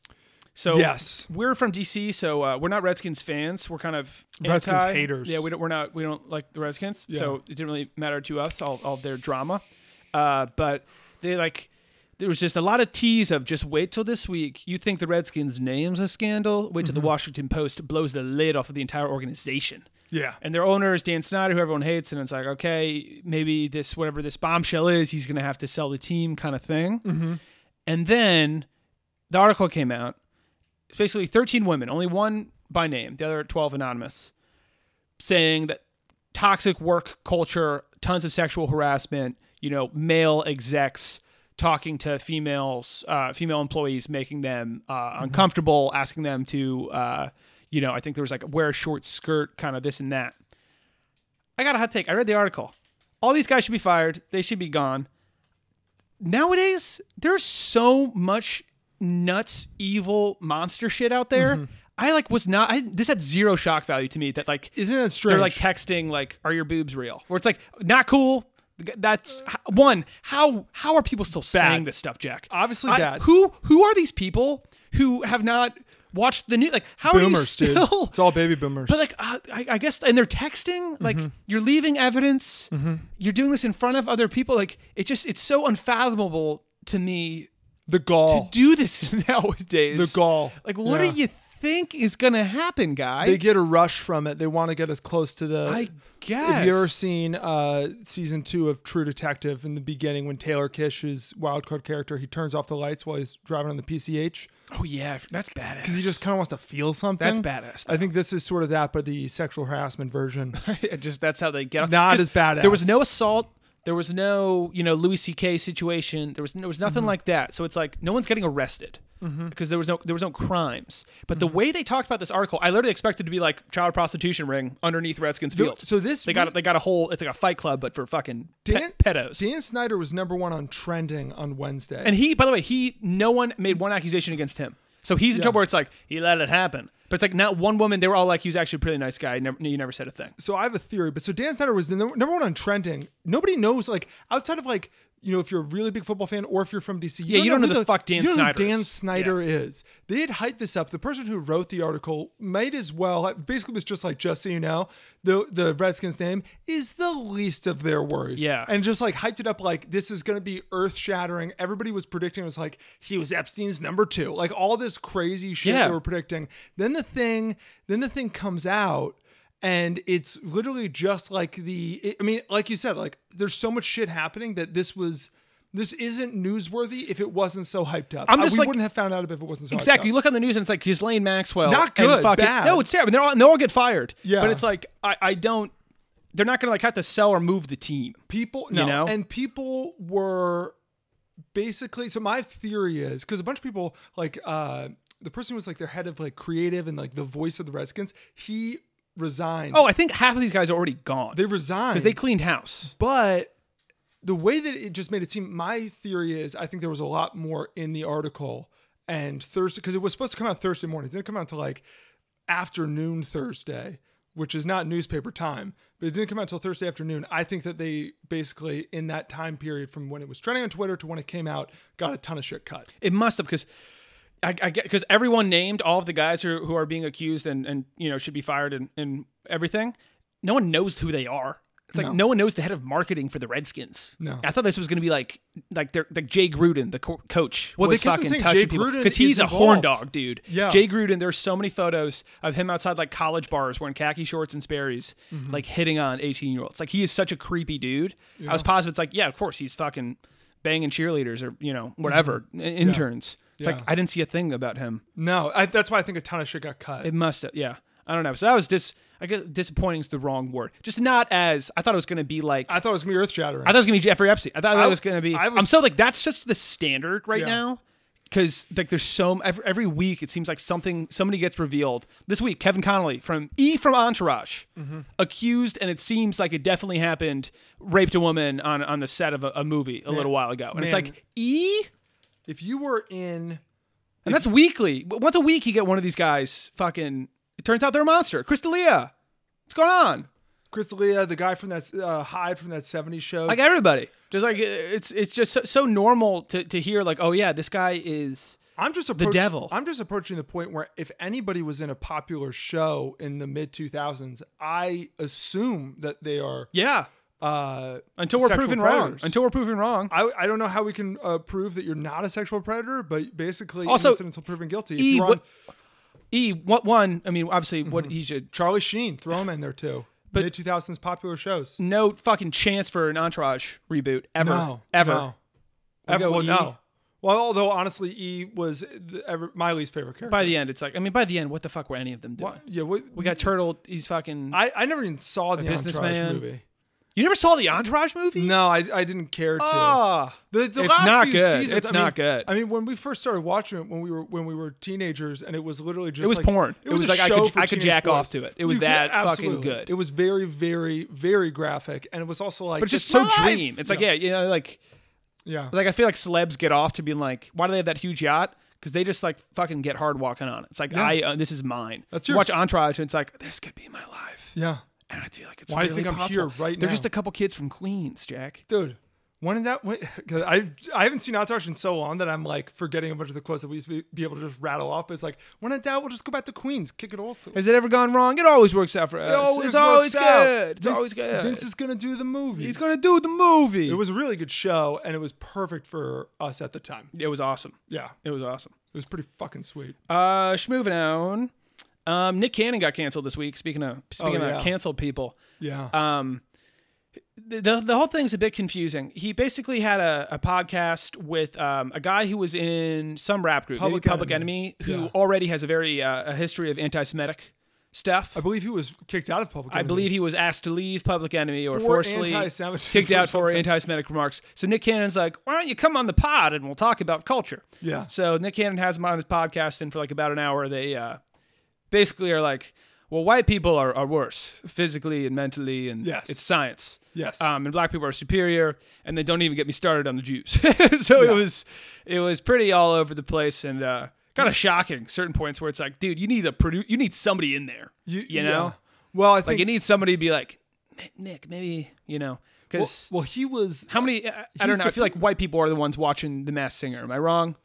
[SPEAKER 1] So
[SPEAKER 7] Yes.
[SPEAKER 1] we're from DC, so uh, we're not Redskins fans. We're kind of
[SPEAKER 7] Redskins
[SPEAKER 1] anti-
[SPEAKER 7] haters.
[SPEAKER 1] Yeah, we don't, we're not. We don't like the Redskins,
[SPEAKER 7] Yeah.
[SPEAKER 1] so it didn't really matter to us all, all of their drama. Uh, but they like there was just a lot of tease of just wait till this week. You think the Redskins' name's a scandal? Wait till
[SPEAKER 7] Mm-hmm.
[SPEAKER 1] the Washington Post blows the lid off of the entire organization
[SPEAKER 7] Yeah.
[SPEAKER 1] and their owner is Dan Snyder, who everyone hates, and it's like, okay, maybe this whatever this bombshell is, he's gonna have to sell the team, kind of thing. And then the article came out. It's basically 13 women, only one by name, the other 12 anonymous, saying that toxic work culture, tons of sexual harassment, you know, male execs talking to females, uh, female employees, making them uh, uncomfortable, asking them to, uh, you know, I think there was like wear a short skirt, kind of this and that. I got a hot take. I read the article. All these guys should be fired. They should be gone. Nowadays, there's so much nuts, evil monster shit out there. I like was not. I, this had zero shock value to me. That like
[SPEAKER 7] Isn't that
[SPEAKER 1] they're
[SPEAKER 7] strange?
[SPEAKER 1] like texting like are your boobs real or it's like not cool that's one how how are people still saying this stuff jack
[SPEAKER 7] Obviously
[SPEAKER 1] I-
[SPEAKER 7] bad.
[SPEAKER 1] who who are these people who have not watched the news like how are you
[SPEAKER 7] boomers,
[SPEAKER 1] still
[SPEAKER 7] dude. *laughs* It's all baby
[SPEAKER 1] *laughs*
[SPEAKER 7] boomers. Mm-hmm.
[SPEAKER 1] but like uh, I, I guess and they're texting like you're leaving evidence you're doing this in front of other people like it just it's so unfathomable to me
[SPEAKER 7] the gall.
[SPEAKER 1] do this *laughs* nowadays
[SPEAKER 7] The gall.
[SPEAKER 1] like what
[SPEAKER 7] Yeah.
[SPEAKER 1] do you think is gonna happen guy
[SPEAKER 7] they get a rush from it. They want to get us close to the.
[SPEAKER 1] i guess
[SPEAKER 7] Have you ever seen uh, season two of True Detective? In the beginning, when Taylor Kish is wildcard character, he turns off the lights while he's driving on the PCH.
[SPEAKER 1] Oh yeah, that's badass.
[SPEAKER 7] because he just kind of wants to feel
[SPEAKER 1] That's
[SPEAKER 7] something.
[SPEAKER 1] badass,
[SPEAKER 7] I think this is sort
[SPEAKER 1] *laughs*
[SPEAKER 7] of that, but the sexual harassment version.
[SPEAKER 1] It just that's how they get.
[SPEAKER 7] Not
[SPEAKER 1] 'cause
[SPEAKER 7] as badass.
[SPEAKER 1] There was no assault. There was no, you know, Louis C.K. situation. There was there was
[SPEAKER 7] Mm-hmm.
[SPEAKER 1] nothing like that. So it's like no one's getting arrested because there was no there was no crimes. But
[SPEAKER 7] Mm-hmm.
[SPEAKER 1] the way they talked about this article, I literally expected to be like child prostitution ring underneath Redskins field.
[SPEAKER 7] so this
[SPEAKER 1] they got
[SPEAKER 7] re-
[SPEAKER 1] they got a whole it's like a Fight Club but for fucking pe-
[SPEAKER 7] Dan,
[SPEAKER 1] pedos.
[SPEAKER 7] Dan Snyder was number one on trending on Wednesday.
[SPEAKER 1] And he, by the way, he no one made one accusation against him. So he's in trouble where it's like he let it happen. But it's like not one woman. They were all like, he was actually a pretty nice guy. He never, he never said a thing.
[SPEAKER 7] so I have a theory, but so Dan Snyder was the number number one on trending. Nobody knows, like outside of like you know, if you're a really big football fan or if you're from DC,
[SPEAKER 1] Yeah, you don't know
[SPEAKER 7] who
[SPEAKER 1] the fuck Dan
[SPEAKER 7] you don't know who
[SPEAKER 1] Snyder
[SPEAKER 7] Dan
[SPEAKER 1] is.
[SPEAKER 7] Snyder is. They had hyped this up. The person who wrote the article might as well basically was just like, just so you know, the the Redskins name is the least of their worries.
[SPEAKER 1] Yeah.
[SPEAKER 7] and just like hyped it up like this is gonna be earth shattering. Everybody was predicting it was like he was Epstein's number two, like all this crazy shit
[SPEAKER 1] Yeah.
[SPEAKER 7] they were predicting. Then the thing, then the thing comes out, and it's literally just like the. I mean, like you said, like there's so much shit happening that this was. This isn't newsworthy if it wasn't so hyped up.
[SPEAKER 1] I'm
[SPEAKER 7] Uh,
[SPEAKER 1] just
[SPEAKER 7] we
[SPEAKER 1] like-
[SPEAKER 7] wouldn't have found out if it wasn't so
[SPEAKER 1] Exactly. You
[SPEAKER 7] Hyped up.
[SPEAKER 1] look on the news and it's like Ghislaine Maxwell.
[SPEAKER 7] Not
[SPEAKER 1] and
[SPEAKER 7] good,
[SPEAKER 1] fucking-
[SPEAKER 7] bad.
[SPEAKER 1] No, it's terrible. They're all, and they all get fired.
[SPEAKER 7] Yeah.
[SPEAKER 1] But it's like I, I don't. They're not gonna like have to sell or move the team.
[SPEAKER 7] people, no,
[SPEAKER 1] know?
[SPEAKER 7] and people were basically. So my theory is because a bunch of people like uh the person who was like their head of like creative and like the voice of the Redskins. He resigned.
[SPEAKER 1] Oh, I think half of these guys are already gone.
[SPEAKER 7] they resigned
[SPEAKER 1] because they cleaned house.
[SPEAKER 7] but the way that it just made it seem my theory is i think there was a lot more in the article and thursday because it was supposed to come out thursday morning it didn't come out until like afternoon thursday which is not newspaper time but it didn't come out until thursday afternoon i think that they basically in that time period from when it was trending on twitter to when it came out got a ton of shit cut
[SPEAKER 1] It must have because I, I get because everyone named all of the guys who who are being accused and and you know should be fired and and everything. No one knows who they are. It's like
[SPEAKER 7] No.
[SPEAKER 1] no, one knows the head of marketing for the Redskins.
[SPEAKER 7] No.
[SPEAKER 1] I thought this was going to be like like their like Jay Gruden, the co- coach.
[SPEAKER 7] Well, they
[SPEAKER 1] was
[SPEAKER 7] kept on
[SPEAKER 1] fucking
[SPEAKER 7] saying
[SPEAKER 1] touching
[SPEAKER 7] Jay
[SPEAKER 1] people
[SPEAKER 7] Gruden
[SPEAKER 1] because he's
[SPEAKER 7] is
[SPEAKER 1] a horn
[SPEAKER 7] involved.
[SPEAKER 1] dog, dude.
[SPEAKER 7] Yeah.
[SPEAKER 1] Jay Gruden. There's so many photos of him outside like college bars wearing khaki shorts and Sperry's,
[SPEAKER 7] Mm-hmm.
[SPEAKER 1] like hitting on 18 year olds. Like he is such a creepy dude. I was positive. It's like yeah, of course he's fucking banging cheerleaders or you know whatever i- interns. It's
[SPEAKER 7] Mm-hmm. Yeah.
[SPEAKER 1] like I didn't see a thing about him.
[SPEAKER 7] no I, that's why i think a ton of shit got cut
[SPEAKER 1] It must have. Yeah, I don't know. So that was dis. I guess disappointing is the wrong word. Just not as I thought it was going to be like.
[SPEAKER 7] i thought it was gonna be earth shattering
[SPEAKER 1] I thought it was gonna be Jeffrey Epstein. I thought
[SPEAKER 7] I-
[SPEAKER 1] it was gonna be.
[SPEAKER 7] I
[SPEAKER 1] I
[SPEAKER 7] was-
[SPEAKER 1] am so like that's just the standard right
[SPEAKER 7] Yeah.
[SPEAKER 1] now, because like there's so every, every week it seems like something somebody gets revealed. This week, Kevin Connolly from E from Entourage,
[SPEAKER 7] Mm-hmm.
[SPEAKER 1] accused, and it seems like it definitely happened. Raped a woman on on the set of a, a movie a little while ago, and it's
[SPEAKER 7] man.
[SPEAKER 1] like E,
[SPEAKER 7] if you were in
[SPEAKER 1] and that's weekly. W- Once a week, you get one of these guys. Fucking, it turns out they're a monster. Crystalia, what's going on?
[SPEAKER 7] chris D'Elia, the guy from that uh, hyde from that 70s show
[SPEAKER 1] like everybody just like it's it's just so, so normal to, to hear like oh yeah this guy is
[SPEAKER 7] I'm just approaching,
[SPEAKER 1] devil.
[SPEAKER 7] I'm just approaching the point where if anybody was in a popular show in the mid 2000s, I assume that they are.
[SPEAKER 1] yeah
[SPEAKER 7] Uh,
[SPEAKER 1] until we're
[SPEAKER 7] sexual
[SPEAKER 1] proven wrong
[SPEAKER 7] predators.
[SPEAKER 1] until we're proven wrong
[SPEAKER 7] I, I don't know how we can uh, prove that you're not a sexual predator, but basically
[SPEAKER 1] Also,
[SPEAKER 7] innocent until proven guilty. If
[SPEAKER 1] E,
[SPEAKER 7] you're on- Mm-hmm.
[SPEAKER 1] what- e what one i mean obviously what he should
[SPEAKER 7] Charlie Sheen, throw him in there too.
[SPEAKER 1] But-
[SPEAKER 7] Mid 2000s popular shows.
[SPEAKER 1] no fucking chance for an entourage reboot ever
[SPEAKER 7] No,
[SPEAKER 1] ever
[SPEAKER 7] no. Ever,
[SPEAKER 1] go
[SPEAKER 7] well,
[SPEAKER 1] E.
[SPEAKER 7] no. Well, although honestly, E was the, ever, my least favorite character.
[SPEAKER 1] by the end it's like i mean by the end what the fuck were any of them doing
[SPEAKER 7] Why- yeah, what,
[SPEAKER 1] we got turtle he's fucking
[SPEAKER 7] I, I never even saw the Entourage
[SPEAKER 1] businessman.
[SPEAKER 7] movie.
[SPEAKER 1] you never saw the entourage movie
[SPEAKER 7] No, I, I didn't care to.
[SPEAKER 1] Ah.
[SPEAKER 7] The, the
[SPEAKER 1] It's
[SPEAKER 7] last
[SPEAKER 1] not
[SPEAKER 7] few
[SPEAKER 1] good.
[SPEAKER 7] Seasons,
[SPEAKER 1] It's
[SPEAKER 7] I
[SPEAKER 1] not
[SPEAKER 7] mean-
[SPEAKER 1] good.
[SPEAKER 7] I mean, when we first started watching it, when we were when we were teenagers, and it was literally just
[SPEAKER 1] was
[SPEAKER 7] like-
[SPEAKER 1] porn. It was
[SPEAKER 7] a
[SPEAKER 1] like I
[SPEAKER 7] show
[SPEAKER 1] could-
[SPEAKER 7] for
[SPEAKER 1] I could
[SPEAKER 7] teenage
[SPEAKER 1] jack
[SPEAKER 7] boys.
[SPEAKER 1] off to it. It was
[SPEAKER 7] You could-
[SPEAKER 1] that fucking
[SPEAKER 7] absolutely.
[SPEAKER 1] good.
[SPEAKER 7] It was very, very, very graphic, and it was also like
[SPEAKER 1] but it's just so
[SPEAKER 7] my life.
[SPEAKER 1] dream it's like yeah you know like
[SPEAKER 7] yeah.
[SPEAKER 1] Like I feel like celebs get off to being like, why do they have that huge yacht? Because they just like fucking get hard walking on it. It's like I uh, this is mine.
[SPEAKER 7] That's
[SPEAKER 1] You
[SPEAKER 7] yours.
[SPEAKER 1] Watch Entourage and it's like this could be my life,
[SPEAKER 7] yeah,
[SPEAKER 1] and I feel like it's
[SPEAKER 7] Why do you
[SPEAKER 1] really
[SPEAKER 7] think I'm
[SPEAKER 1] possible.
[SPEAKER 7] here right
[SPEAKER 1] They're
[SPEAKER 7] now?
[SPEAKER 1] just a couple kids from Queens, Jack.
[SPEAKER 7] dude. When in that when, 'cause I I haven't seen Entourage in so long that I'm like forgetting a bunch of the quotes that we used to be, be able to just rattle off. But it's like when in doubt, we'll just go back to Queens, kick it also.
[SPEAKER 1] Has it ever gone wrong? It always works out for us.
[SPEAKER 7] It always
[SPEAKER 1] it's always
[SPEAKER 7] works out.
[SPEAKER 1] good. It's
[SPEAKER 7] Vince-
[SPEAKER 1] always good.
[SPEAKER 7] Vince is gonna do the movie.
[SPEAKER 1] He's gonna do the movie.
[SPEAKER 7] It was a really good show, and it was perfect for us at the time.
[SPEAKER 1] It was awesome.
[SPEAKER 7] Yeah,
[SPEAKER 1] It was awesome.
[SPEAKER 7] it was pretty fucking sweet.
[SPEAKER 1] Uh, schmoving on. Um, Nick Cannon got canceled this week. Speaking of speaking
[SPEAKER 7] Oh, yeah.
[SPEAKER 1] of canceled people,
[SPEAKER 7] Yeah,
[SPEAKER 1] um, the- the, the whole thing's a bit confusing. He basically had a, a podcast with um, a guy who was in some rap group, maybe
[SPEAKER 7] Public
[SPEAKER 1] Public
[SPEAKER 7] Enemy.
[SPEAKER 1] Enemy, who
[SPEAKER 7] Yeah.
[SPEAKER 1] already has a very uh, a history of anti-Semitic stuff.
[SPEAKER 7] I believe he was kicked out of public.
[SPEAKER 1] I believe he was asked to leave Public Enemy or
[SPEAKER 7] For
[SPEAKER 1] forcefully
[SPEAKER 7] anti-Semitism
[SPEAKER 1] kicked
[SPEAKER 7] or
[SPEAKER 1] out for
[SPEAKER 7] something.
[SPEAKER 1] anti-Semitic remarks. So Nick Cannon's like, "Why don't you come on the pod and we'll talk about culture?"
[SPEAKER 7] Yeah.
[SPEAKER 1] So Nick Cannon has him on his podcast, and for like about an hour, they uh, basically are like, "Well, white people are, are worse physically and mentally, and
[SPEAKER 7] Yes.
[SPEAKER 1] it's science."
[SPEAKER 7] Yes.
[SPEAKER 1] Um, and black people are superior, and they don't even get me started on the Jews. *laughs* so it was, it was pretty all over the place, and uh, kind of shocking. Certain points where it's like, dude, you need a produ- you need somebody in there. You,
[SPEAKER 7] yeah.
[SPEAKER 1] know.
[SPEAKER 7] Well, I think
[SPEAKER 1] Like you need somebody to be like, "Ma- Nick, maybe you know,
[SPEAKER 7] well,
[SPEAKER 1] because
[SPEAKER 7] well, he was.
[SPEAKER 1] how many? I, I
[SPEAKER 7] he's
[SPEAKER 1] don't know.
[SPEAKER 7] the-
[SPEAKER 1] I feel like white people are the ones watching The Masked Singer. Am I wrong?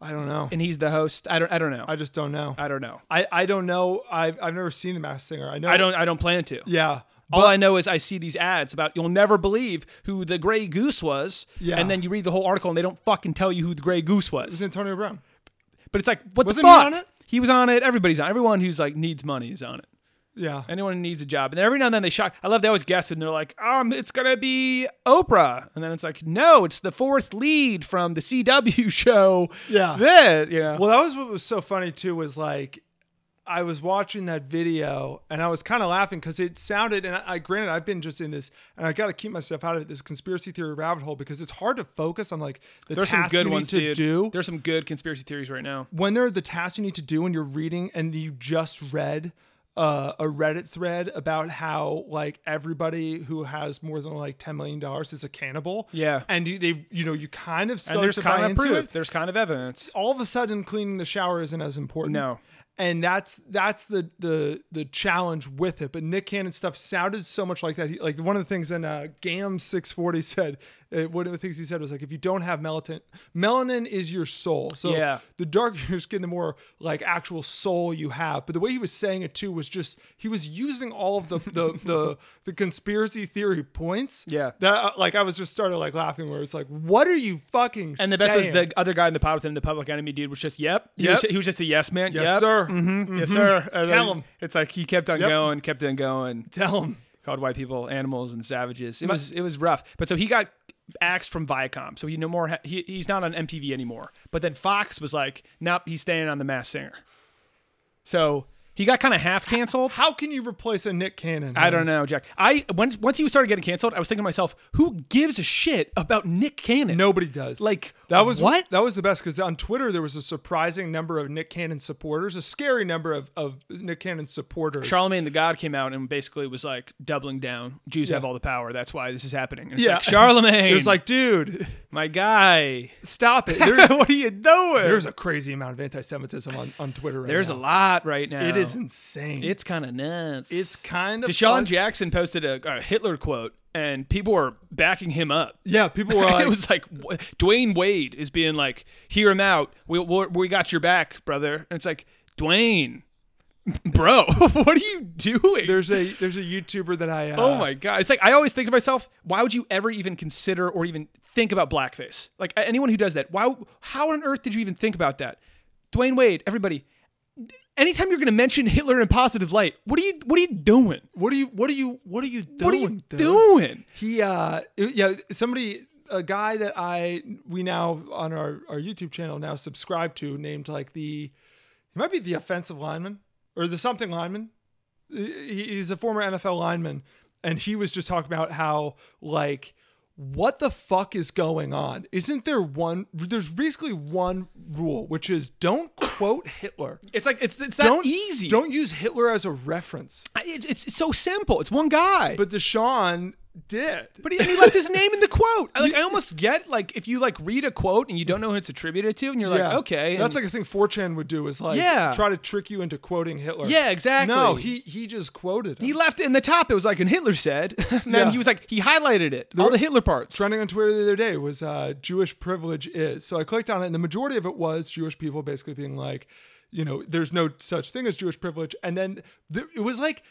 [SPEAKER 7] I don't know.
[SPEAKER 1] And he's the host. I don't. I don't know.
[SPEAKER 7] I
[SPEAKER 1] I,
[SPEAKER 7] just don't know.
[SPEAKER 1] don't know.
[SPEAKER 7] I, I don't know. I've I've never seen the Masked Singer. I know.
[SPEAKER 1] I don't. I don't plan to.
[SPEAKER 7] Yeah.
[SPEAKER 1] All I know is I see these ads about you'll never believe who the Gray Goose was,
[SPEAKER 7] Yeah.
[SPEAKER 1] and then you read the whole article and they don't fucking tell you who the Gray Goose was.
[SPEAKER 7] It's Antonio Brown.
[SPEAKER 1] But it's like, what the
[SPEAKER 7] Wasn't he
[SPEAKER 1] fuck?
[SPEAKER 7] on it?
[SPEAKER 1] He was on it. Everybody's on. it. Everyone who's like needs money is on it.
[SPEAKER 7] Yeah.
[SPEAKER 1] anyone who needs a job. And then every now and then they shock. I love they always guess and they're like, um, it's gonna be Oprah, and then it's like, no, it's the fourth lead from the CW *laughs* show.
[SPEAKER 7] Yeah.
[SPEAKER 1] that you know.
[SPEAKER 7] Well, that was what was so funny too. Was like, I was watching that video and I was kind of laughing because it sounded. And I, I granted, I've been just in this, and I got to keep myself out of this conspiracy theory rabbit hole because it's hard to focus on like the
[SPEAKER 1] There's some
[SPEAKER 7] tasks
[SPEAKER 1] good
[SPEAKER 7] you
[SPEAKER 1] ones,
[SPEAKER 7] need to
[SPEAKER 1] dude.
[SPEAKER 7] do.
[SPEAKER 1] There's some good conspiracy theories right now.
[SPEAKER 7] when there are the tasks you need to do and you're reading and you just read uh, a Reddit thread about how like everybody who has more than like ten million dollars is a cannibal.
[SPEAKER 1] Yeah.
[SPEAKER 7] and you, they you know you kind of start
[SPEAKER 1] And there's
[SPEAKER 7] to buy
[SPEAKER 1] kind of
[SPEAKER 7] into
[SPEAKER 1] proof.
[SPEAKER 7] it.
[SPEAKER 1] There's kind of evidence.
[SPEAKER 7] All of a sudden, cleaning the shower isn't as important.
[SPEAKER 1] No.
[SPEAKER 7] And that's that's the the the challenge with it. But Nick Cannon stuff sounded so much like that. He, like one of the things in uh, Gam six forty said, uh, one of the things he said was like, if you don't have melatonin, melanin is your soul. So
[SPEAKER 1] Yeah.
[SPEAKER 7] the darker your skin, the more like actual soul you have. But the way he was saying it too was just he was using all of the the the, the conspiracy theory points.
[SPEAKER 1] Yeah.
[SPEAKER 7] That uh, like I was just started like laughing where it's like, what are you fucking?
[SPEAKER 1] And the best was
[SPEAKER 7] saying?
[SPEAKER 1] the other guy in the pod with him, the public enemy dude, was just, yep. He, was,
[SPEAKER 7] Yep.
[SPEAKER 1] he was just a yes man.
[SPEAKER 7] yes
[SPEAKER 1] yep. Mm-hmm.
[SPEAKER 7] sir. Mm-hmm.
[SPEAKER 1] Yes, sir. And
[SPEAKER 7] Tell
[SPEAKER 1] then
[SPEAKER 7] 'em.
[SPEAKER 1] It's like he kept on
[SPEAKER 7] Yep.
[SPEAKER 1] going, kept on going.
[SPEAKER 7] Tell him.
[SPEAKER 1] called white people animals and savages. It was it was rough. But so he got axed from Viacom, so he no more ha- he, he's not on MTV anymore. But then Fox was like, nope, he's staying on The Masked Singer. So he got kind of half canceled.
[SPEAKER 7] How can you replace a Nick Cannon?
[SPEAKER 1] I don't know, Jack. I when, once he started getting canceled, I was thinking to myself, who gives a shit about Nick Cannon?
[SPEAKER 7] Nobody does.
[SPEAKER 1] Like,
[SPEAKER 7] that was
[SPEAKER 1] what?
[SPEAKER 7] That was the best because on Twitter there was a surprising number of Nick Cannon supporters, a scary number of, of Nick Cannon supporters.
[SPEAKER 1] Charlemagne the God came out and basically was like doubling down. Jews
[SPEAKER 7] Yeah.
[SPEAKER 1] have all the power. That's why this is happening. And it's
[SPEAKER 7] Yeah.
[SPEAKER 1] like Charlemagne.
[SPEAKER 7] It was like, dude,
[SPEAKER 1] my
[SPEAKER 7] *laughs*
[SPEAKER 1] guy.
[SPEAKER 7] stop
[SPEAKER 1] *laughs*
[SPEAKER 7] it. There-
[SPEAKER 1] what are you doing?
[SPEAKER 7] there's a crazy amount of anti-Semitism on, on Twitter. Right
[SPEAKER 1] There's
[SPEAKER 7] now.
[SPEAKER 1] a lot right now.
[SPEAKER 7] It is insane.
[SPEAKER 1] It's kind of nuts.
[SPEAKER 7] it's kind of
[SPEAKER 1] Deshaun
[SPEAKER 7] fun-
[SPEAKER 1] Jackson posted a, a Hitler quote, and people were backing him
[SPEAKER 7] *laughs*
[SPEAKER 1] up. *laughs*
[SPEAKER 7] Yeah, people were like,
[SPEAKER 1] it was like wh- Dwayne Wade is being like, "Hear him out. We we we got your back, brother." And it's like, Dwayne, *laughs* bro, *laughs* what are you doing?
[SPEAKER 7] there's a there's a YouTuber that I uh,
[SPEAKER 1] oh my god! It's like I always think to myself, why would you ever even consider or even think about blackface? Like a- anyone who does that, why? How on earth did you even think about that? Dwayne Wade, everybody. Anytime you're going to mention Hitler in a positive light, what are you? What are you doing?
[SPEAKER 7] What are you what are you what are you doing?
[SPEAKER 1] What are you
[SPEAKER 7] dude?
[SPEAKER 1] doing?
[SPEAKER 7] He uh it- yeah, somebody a guy that I we now on our, our YouTube channel now subscribe to named like the he might be the offensive lineman or the something lineman. He- He's a former NFL lineman and he was just talking about how like what the fuck is going on? Isn't there one there's basically one rule which is don't quote Hitler.
[SPEAKER 1] It's like it's it's
[SPEAKER 7] Don't
[SPEAKER 1] not easy.
[SPEAKER 7] Don't use Hitler as a reference.
[SPEAKER 1] I- it- it's, it's so simple. It's one guy.
[SPEAKER 7] But Deshaun did.
[SPEAKER 1] But he, and he left his name
[SPEAKER 7] *laughs*
[SPEAKER 1] in the quote. I, like I almost get like if you like read a quote and you don't know who it's attributed to, and you're like, okay,
[SPEAKER 7] That's
[SPEAKER 1] and-
[SPEAKER 7] like a thing 4chan would do is like
[SPEAKER 1] Yeah.
[SPEAKER 7] try to trick you into quoting Hitler.
[SPEAKER 1] Yeah, exactly.
[SPEAKER 7] No, he he just quoted him.
[SPEAKER 1] he left it in the top. It was like, and Hitler said, *laughs* and then
[SPEAKER 7] Yeah.
[SPEAKER 1] he was like, he highlighted it, all the Hitler parts.
[SPEAKER 7] trending on Twitter the other day was uh, Jewish privilege is. So I clicked on it, and the majority of it was Jewish people basically being like, you know, there's no such thing as Jewish privilege. And then th- it was like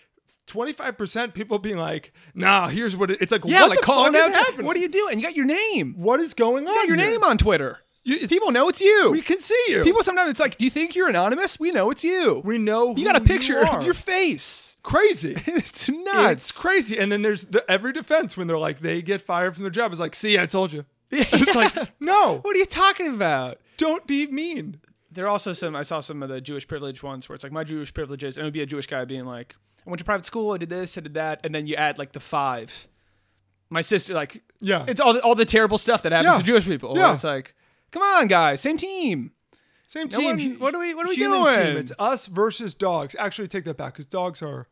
[SPEAKER 7] 25% people being like, nah, here's what it, it's like.
[SPEAKER 1] yeah,
[SPEAKER 7] what
[SPEAKER 1] like
[SPEAKER 7] the fuck
[SPEAKER 1] calling
[SPEAKER 7] is
[SPEAKER 1] out.
[SPEAKER 7] happening?
[SPEAKER 1] What do you do? And you got your name.
[SPEAKER 7] What is going on?
[SPEAKER 1] You got your
[SPEAKER 7] here?
[SPEAKER 1] name on Twitter.
[SPEAKER 7] You- it's-
[SPEAKER 1] People know it's you.
[SPEAKER 7] We can see you.
[SPEAKER 1] People sometimes it's like, do you think you're anonymous? We know it's you.
[SPEAKER 7] we know
[SPEAKER 1] you got a
[SPEAKER 7] who
[SPEAKER 1] picture
[SPEAKER 7] are.
[SPEAKER 1] of your face.
[SPEAKER 7] crazy.
[SPEAKER 1] *laughs* It's nuts.
[SPEAKER 7] it's
[SPEAKER 1] *laughs*
[SPEAKER 7] crazy. And then there's the, every defense when they're like they get fired from their job is like, see, I told you. *laughs* it's like, no,
[SPEAKER 1] What are you talking about?
[SPEAKER 7] don't be mean.
[SPEAKER 1] there are also some I saw some of the Jewish privilege ones where it's like my Jewish privileges, and it would be a Jewish guy being like, I went to private school, I did this, I did that, and then you add like the five. My sister, like,
[SPEAKER 7] Yeah.
[SPEAKER 1] it's all the, all the terrible stuff that happens
[SPEAKER 7] Yeah.
[SPEAKER 1] to Jewish people.
[SPEAKER 7] Yeah.
[SPEAKER 1] It's like, come on, guys, same team.
[SPEAKER 7] Same
[SPEAKER 1] No
[SPEAKER 7] team.
[SPEAKER 1] one-
[SPEAKER 7] hu-
[SPEAKER 1] what are we- what are we
[SPEAKER 7] human
[SPEAKER 1] doing?
[SPEAKER 7] It's us versus dogs. Actually, take that back because dogs are.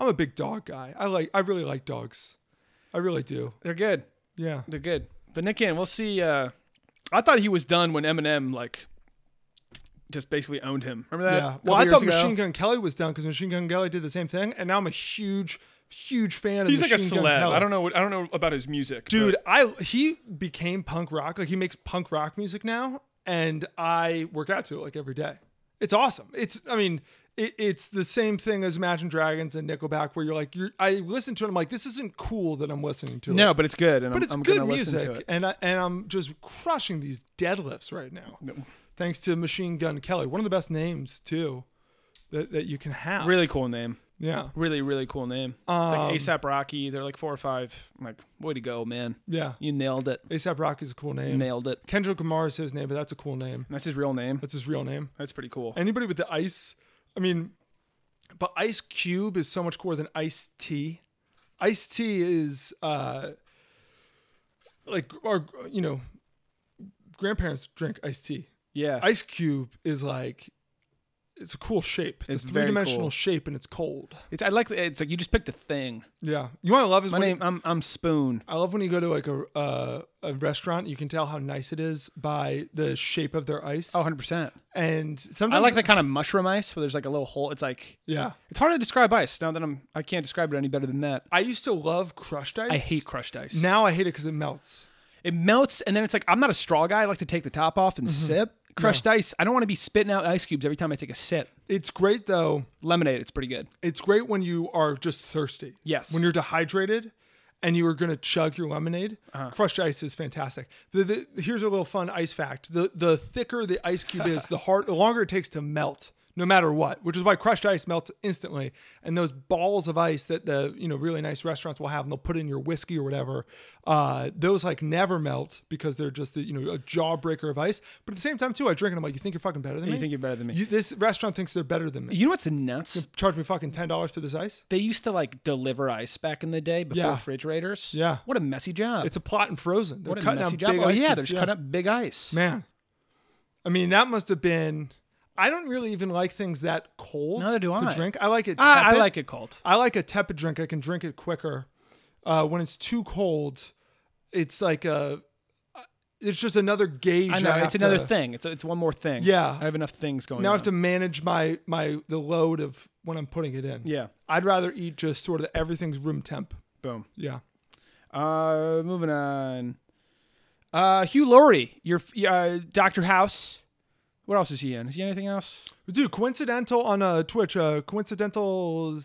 [SPEAKER 7] I'm a big dog guy. I like. I really like dogs. I really do.
[SPEAKER 1] They're good,
[SPEAKER 7] Yeah.
[SPEAKER 1] they're good. But Nick Cannon, we'll see. Uh, I thought he was done when Eminem like just basically owned him. Remember that? a
[SPEAKER 7] Yeah.
[SPEAKER 1] couple
[SPEAKER 7] Well, I
[SPEAKER 1] years
[SPEAKER 7] thought
[SPEAKER 1] ago?
[SPEAKER 7] Machine Gun Kelly was down because Machine Gun Kelly did the same thing, and now I'm a huge, huge fan
[SPEAKER 1] He's
[SPEAKER 7] of.
[SPEAKER 1] like a
[SPEAKER 7] Machine Gun
[SPEAKER 1] celeb.
[SPEAKER 7] Kelly.
[SPEAKER 1] I don't know. What, I don't know about his music,
[SPEAKER 7] dude
[SPEAKER 1] but-
[SPEAKER 7] i he became punk rock like he makes punk rock music now and i work out to it like every day it's awesome it's i mean it, it's the same thing as imagine dragons and nickelback where you're like you're i listen to it i'm like this isn't cool that i'm listening to
[SPEAKER 1] no,
[SPEAKER 7] it
[SPEAKER 1] but it's good, and
[SPEAKER 7] but
[SPEAKER 1] I'm,
[SPEAKER 7] it's
[SPEAKER 1] I'm
[SPEAKER 7] good
[SPEAKER 1] gonna listen to
[SPEAKER 7] music
[SPEAKER 1] it.
[SPEAKER 7] and I, and i'm just crushing these deadlifts right now thanks to machine gun kelly one of the best names too that, that you can have
[SPEAKER 1] Really cool name.
[SPEAKER 7] yeah
[SPEAKER 1] Really, really cool name.
[SPEAKER 7] Um,
[SPEAKER 1] it's like ASAP Rocky. They're like four or 5 I'm like, way to go, man.
[SPEAKER 7] yeah
[SPEAKER 1] You nailed it.
[SPEAKER 7] asap rock is a cool name
[SPEAKER 1] Nailed it.
[SPEAKER 7] kendrick lamar is his name but that's a cool name
[SPEAKER 1] And that's his real name.
[SPEAKER 7] that's his real name
[SPEAKER 1] That's pretty cool.
[SPEAKER 7] anybody with the ice i mean but ice cube is so much cooler than ice tea ice tea is uh like our you know grandparents drink iced tea
[SPEAKER 1] yeah.
[SPEAKER 7] ice cube is like it's a cool shape it's,
[SPEAKER 1] It's
[SPEAKER 7] a
[SPEAKER 1] very
[SPEAKER 7] three-dimensional
[SPEAKER 1] cool.
[SPEAKER 7] shape and it's cold
[SPEAKER 1] It's, I like. The, it's like you just picked a thing.
[SPEAKER 7] yeah you want to love is
[SPEAKER 1] My
[SPEAKER 7] when
[SPEAKER 1] name. I'm I'm Spoon.
[SPEAKER 7] I love when you go to like a uh, a restaurant, you can tell how nice it is by the shape of their ice.
[SPEAKER 1] 100. percent
[SPEAKER 7] and sometimes
[SPEAKER 1] Oh, I like that kind of mushroom ice where there's like a little hole. It's like
[SPEAKER 7] Yeah,
[SPEAKER 1] it's hard to describe ice. Now that I'm I can't describe it any better than that.
[SPEAKER 7] I used to love crushed ice.
[SPEAKER 1] I hate crushed ice.
[SPEAKER 7] Now I hate it because it melts.
[SPEAKER 1] it melts and then it's like I'm not a straw guy. I like to take the top off and
[SPEAKER 7] Mm-hmm.
[SPEAKER 1] sip. Crushed ice. I don't want to be spitting out ice cubes every time I take a sip.
[SPEAKER 7] It's great though.
[SPEAKER 1] Lemonade. It's pretty good.
[SPEAKER 7] It's great when you are just thirsty.
[SPEAKER 1] Yes.
[SPEAKER 7] When you're dehydrated and you are going to chug your lemonade,
[SPEAKER 1] Uh-huh.
[SPEAKER 7] crushed ice is fantastic. The, the, here's a little fun ice fact. The the thicker the ice
[SPEAKER 1] *laughs*
[SPEAKER 7] cube is, the hard the longer it takes to melt no matter what, which is why crushed ice melts instantly. And those balls of ice that the, you know, really nice restaurants will have and they'll put in your whiskey or whatever, uh, those like never melt because they're just, you know, a jawbreaker of ice. But at the same time too, I drink and I'm like, you think you're fucking better than me?
[SPEAKER 1] think you're better than me.
[SPEAKER 7] You- this restaurant thinks they're better than me
[SPEAKER 1] You know what's nuts?
[SPEAKER 7] charge me fucking ten dollars for this ice?
[SPEAKER 1] They used to like deliver ice back in the day before
[SPEAKER 7] Yeah.
[SPEAKER 1] refrigerators.
[SPEAKER 7] Yeah.
[SPEAKER 1] What a messy job.
[SPEAKER 7] It's a plot in Frozen. They're
[SPEAKER 1] Uh, what a
[SPEAKER 7] cutting
[SPEAKER 1] messy
[SPEAKER 7] up
[SPEAKER 1] job.
[SPEAKER 7] big
[SPEAKER 1] Oh
[SPEAKER 7] ice
[SPEAKER 1] yeah,
[SPEAKER 7] cubes.
[SPEAKER 1] they're just cutting up big ice.
[SPEAKER 7] Man, I mean that must have been. I don't really even like things that cold.
[SPEAKER 1] Neither do
[SPEAKER 7] to
[SPEAKER 1] I. Ah,
[SPEAKER 7] Drink. I like it.
[SPEAKER 1] I, I
[SPEAKER 7] tepid.
[SPEAKER 1] like it cold.
[SPEAKER 7] I like a tepid drink. I can drink it quicker. Uh, when it's too cold, it's like a. uh, It's just another gauge.
[SPEAKER 1] I know
[SPEAKER 7] have
[SPEAKER 1] it's another
[SPEAKER 7] to-
[SPEAKER 1] thing. It's it's one more thing.
[SPEAKER 7] Yeah.
[SPEAKER 1] I have enough things going.
[SPEAKER 7] Now I
[SPEAKER 1] on.
[SPEAKER 7] have to manage my my the load of when I'm putting it in.
[SPEAKER 1] Yeah.
[SPEAKER 7] I'd rather eat just sort of everything's room temp.
[SPEAKER 1] Boom.
[SPEAKER 7] Yeah.
[SPEAKER 1] Uh, moving on. Uh, Hugh Laurie, your uh, Doctor House. What else is he in? Is he anything else?
[SPEAKER 7] Dude, coincidental on uh, Twitch, uh, coincidental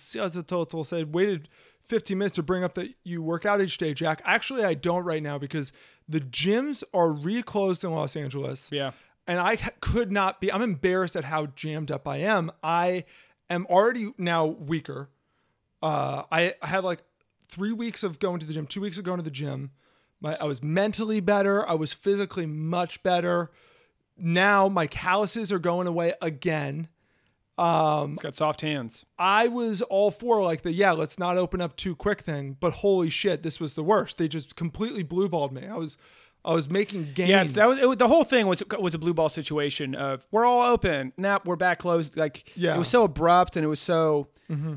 [SPEAKER 7] total said, waited 15 minutes to bring up that you work out each day, Jack. Actually, I don't right now because the gyms are reclosed in Los Angeles.
[SPEAKER 1] Yeah.
[SPEAKER 7] And I c- could not be, I'm embarrassed at how jammed up I am. I am already now weaker. Uh, I I had like three weeks of going to the gym, two weeks of going to the gym. My, I was mentally better. I was physically much better. Now my calluses are going away again.
[SPEAKER 1] He's got soft hands.
[SPEAKER 7] I was all for like the yeah, let's not open up too quick thing, but holy shit, this was the worst. They just completely blueballed me. I was I was making gains.
[SPEAKER 1] Yeah, that was it, was- the whole thing was was a blue ball situation of we're all open, now we're back closed. Like
[SPEAKER 7] Yeah. Mm-hmm.
[SPEAKER 1] it was so abrupt and it was so.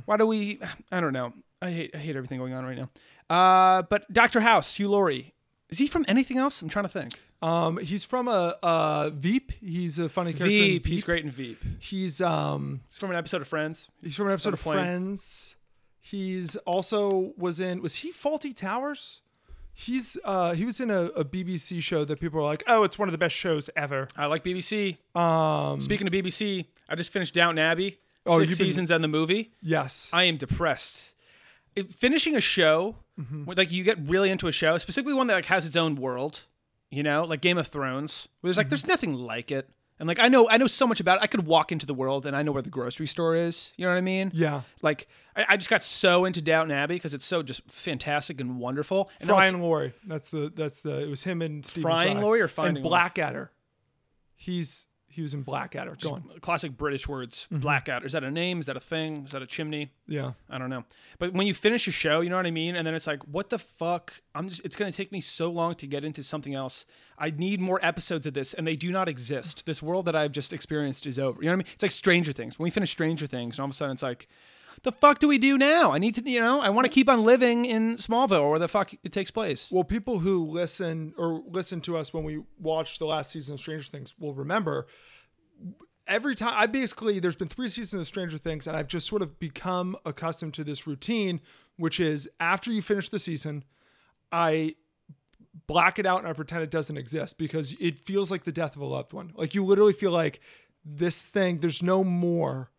[SPEAKER 1] Why do we? I don't know. I hate I hate everything going on right now. Uh, but Doctor House, Hugh Laurie, is he from anything else? I'm trying to think.
[SPEAKER 7] um he's from a uh Veep. He's a funny character. in
[SPEAKER 1] Veep, he's great in Veep.
[SPEAKER 7] He's um
[SPEAKER 1] He's from an episode of Friends.
[SPEAKER 7] he's from an episode
[SPEAKER 1] Another plane.
[SPEAKER 7] of Friends. He's also was in was he Faulty Towers? He's uh he was in a, a BBC show that people are like, oh, it's one of the best shows ever.
[SPEAKER 1] I like BBC. Um, Speaking of BBC, I just finished Downton Abbey.
[SPEAKER 7] Mm. Oh,
[SPEAKER 1] Six
[SPEAKER 7] you've been-
[SPEAKER 1] seasons on the movie.
[SPEAKER 7] Yes.
[SPEAKER 1] I am depressed. It- finishing a show, where, like you get really into a show, specifically one that like has its own world, you know, like Game of Thrones, where there's like there's nothing like it. And like I know I know so much about it. I could walk into the world and I know where the grocery store is. You know what I mean?
[SPEAKER 7] Yeah.
[SPEAKER 1] Like I, I just got so into Downton Abbey because it's so just fantastic and wonderful. And now it's-
[SPEAKER 7] Frying Laurie. That's the that's the it was him and Stephen
[SPEAKER 1] Frying
[SPEAKER 7] Fry.
[SPEAKER 1] Laurie or Finding
[SPEAKER 7] and
[SPEAKER 1] Laurie?
[SPEAKER 7] Blackadder. He's he was in Blackadder. Go on.
[SPEAKER 1] Classic British words. Blackout. Is that a name? Is that a thing? Is that a chimney?
[SPEAKER 7] Yeah.
[SPEAKER 1] I don't know. But when you finish a show, you know what I mean? And then it's like, what the fuck? I'm just it's gonna take me so long to get into something else. I need more episodes of this, and they do not exist. This world that I've just experienced is over. You know what I mean? It's like Stranger Things. When we finish Stranger Things, and all of a sudden it's like, the fuck do we do now? I need to you know, I wanna keep on living in Smallville or where the fuck it takes place.
[SPEAKER 7] Well, people who listen or listen to us when we watched the last season of Stranger Things will remember every time I basically there's been three seasons of Stranger Things and I've just sort of become accustomed to this routine, which is after you finish the season, I black it out and I pretend it doesn't exist because it feels like the death of a loved one. Like you literally feel like this thing, there's no more.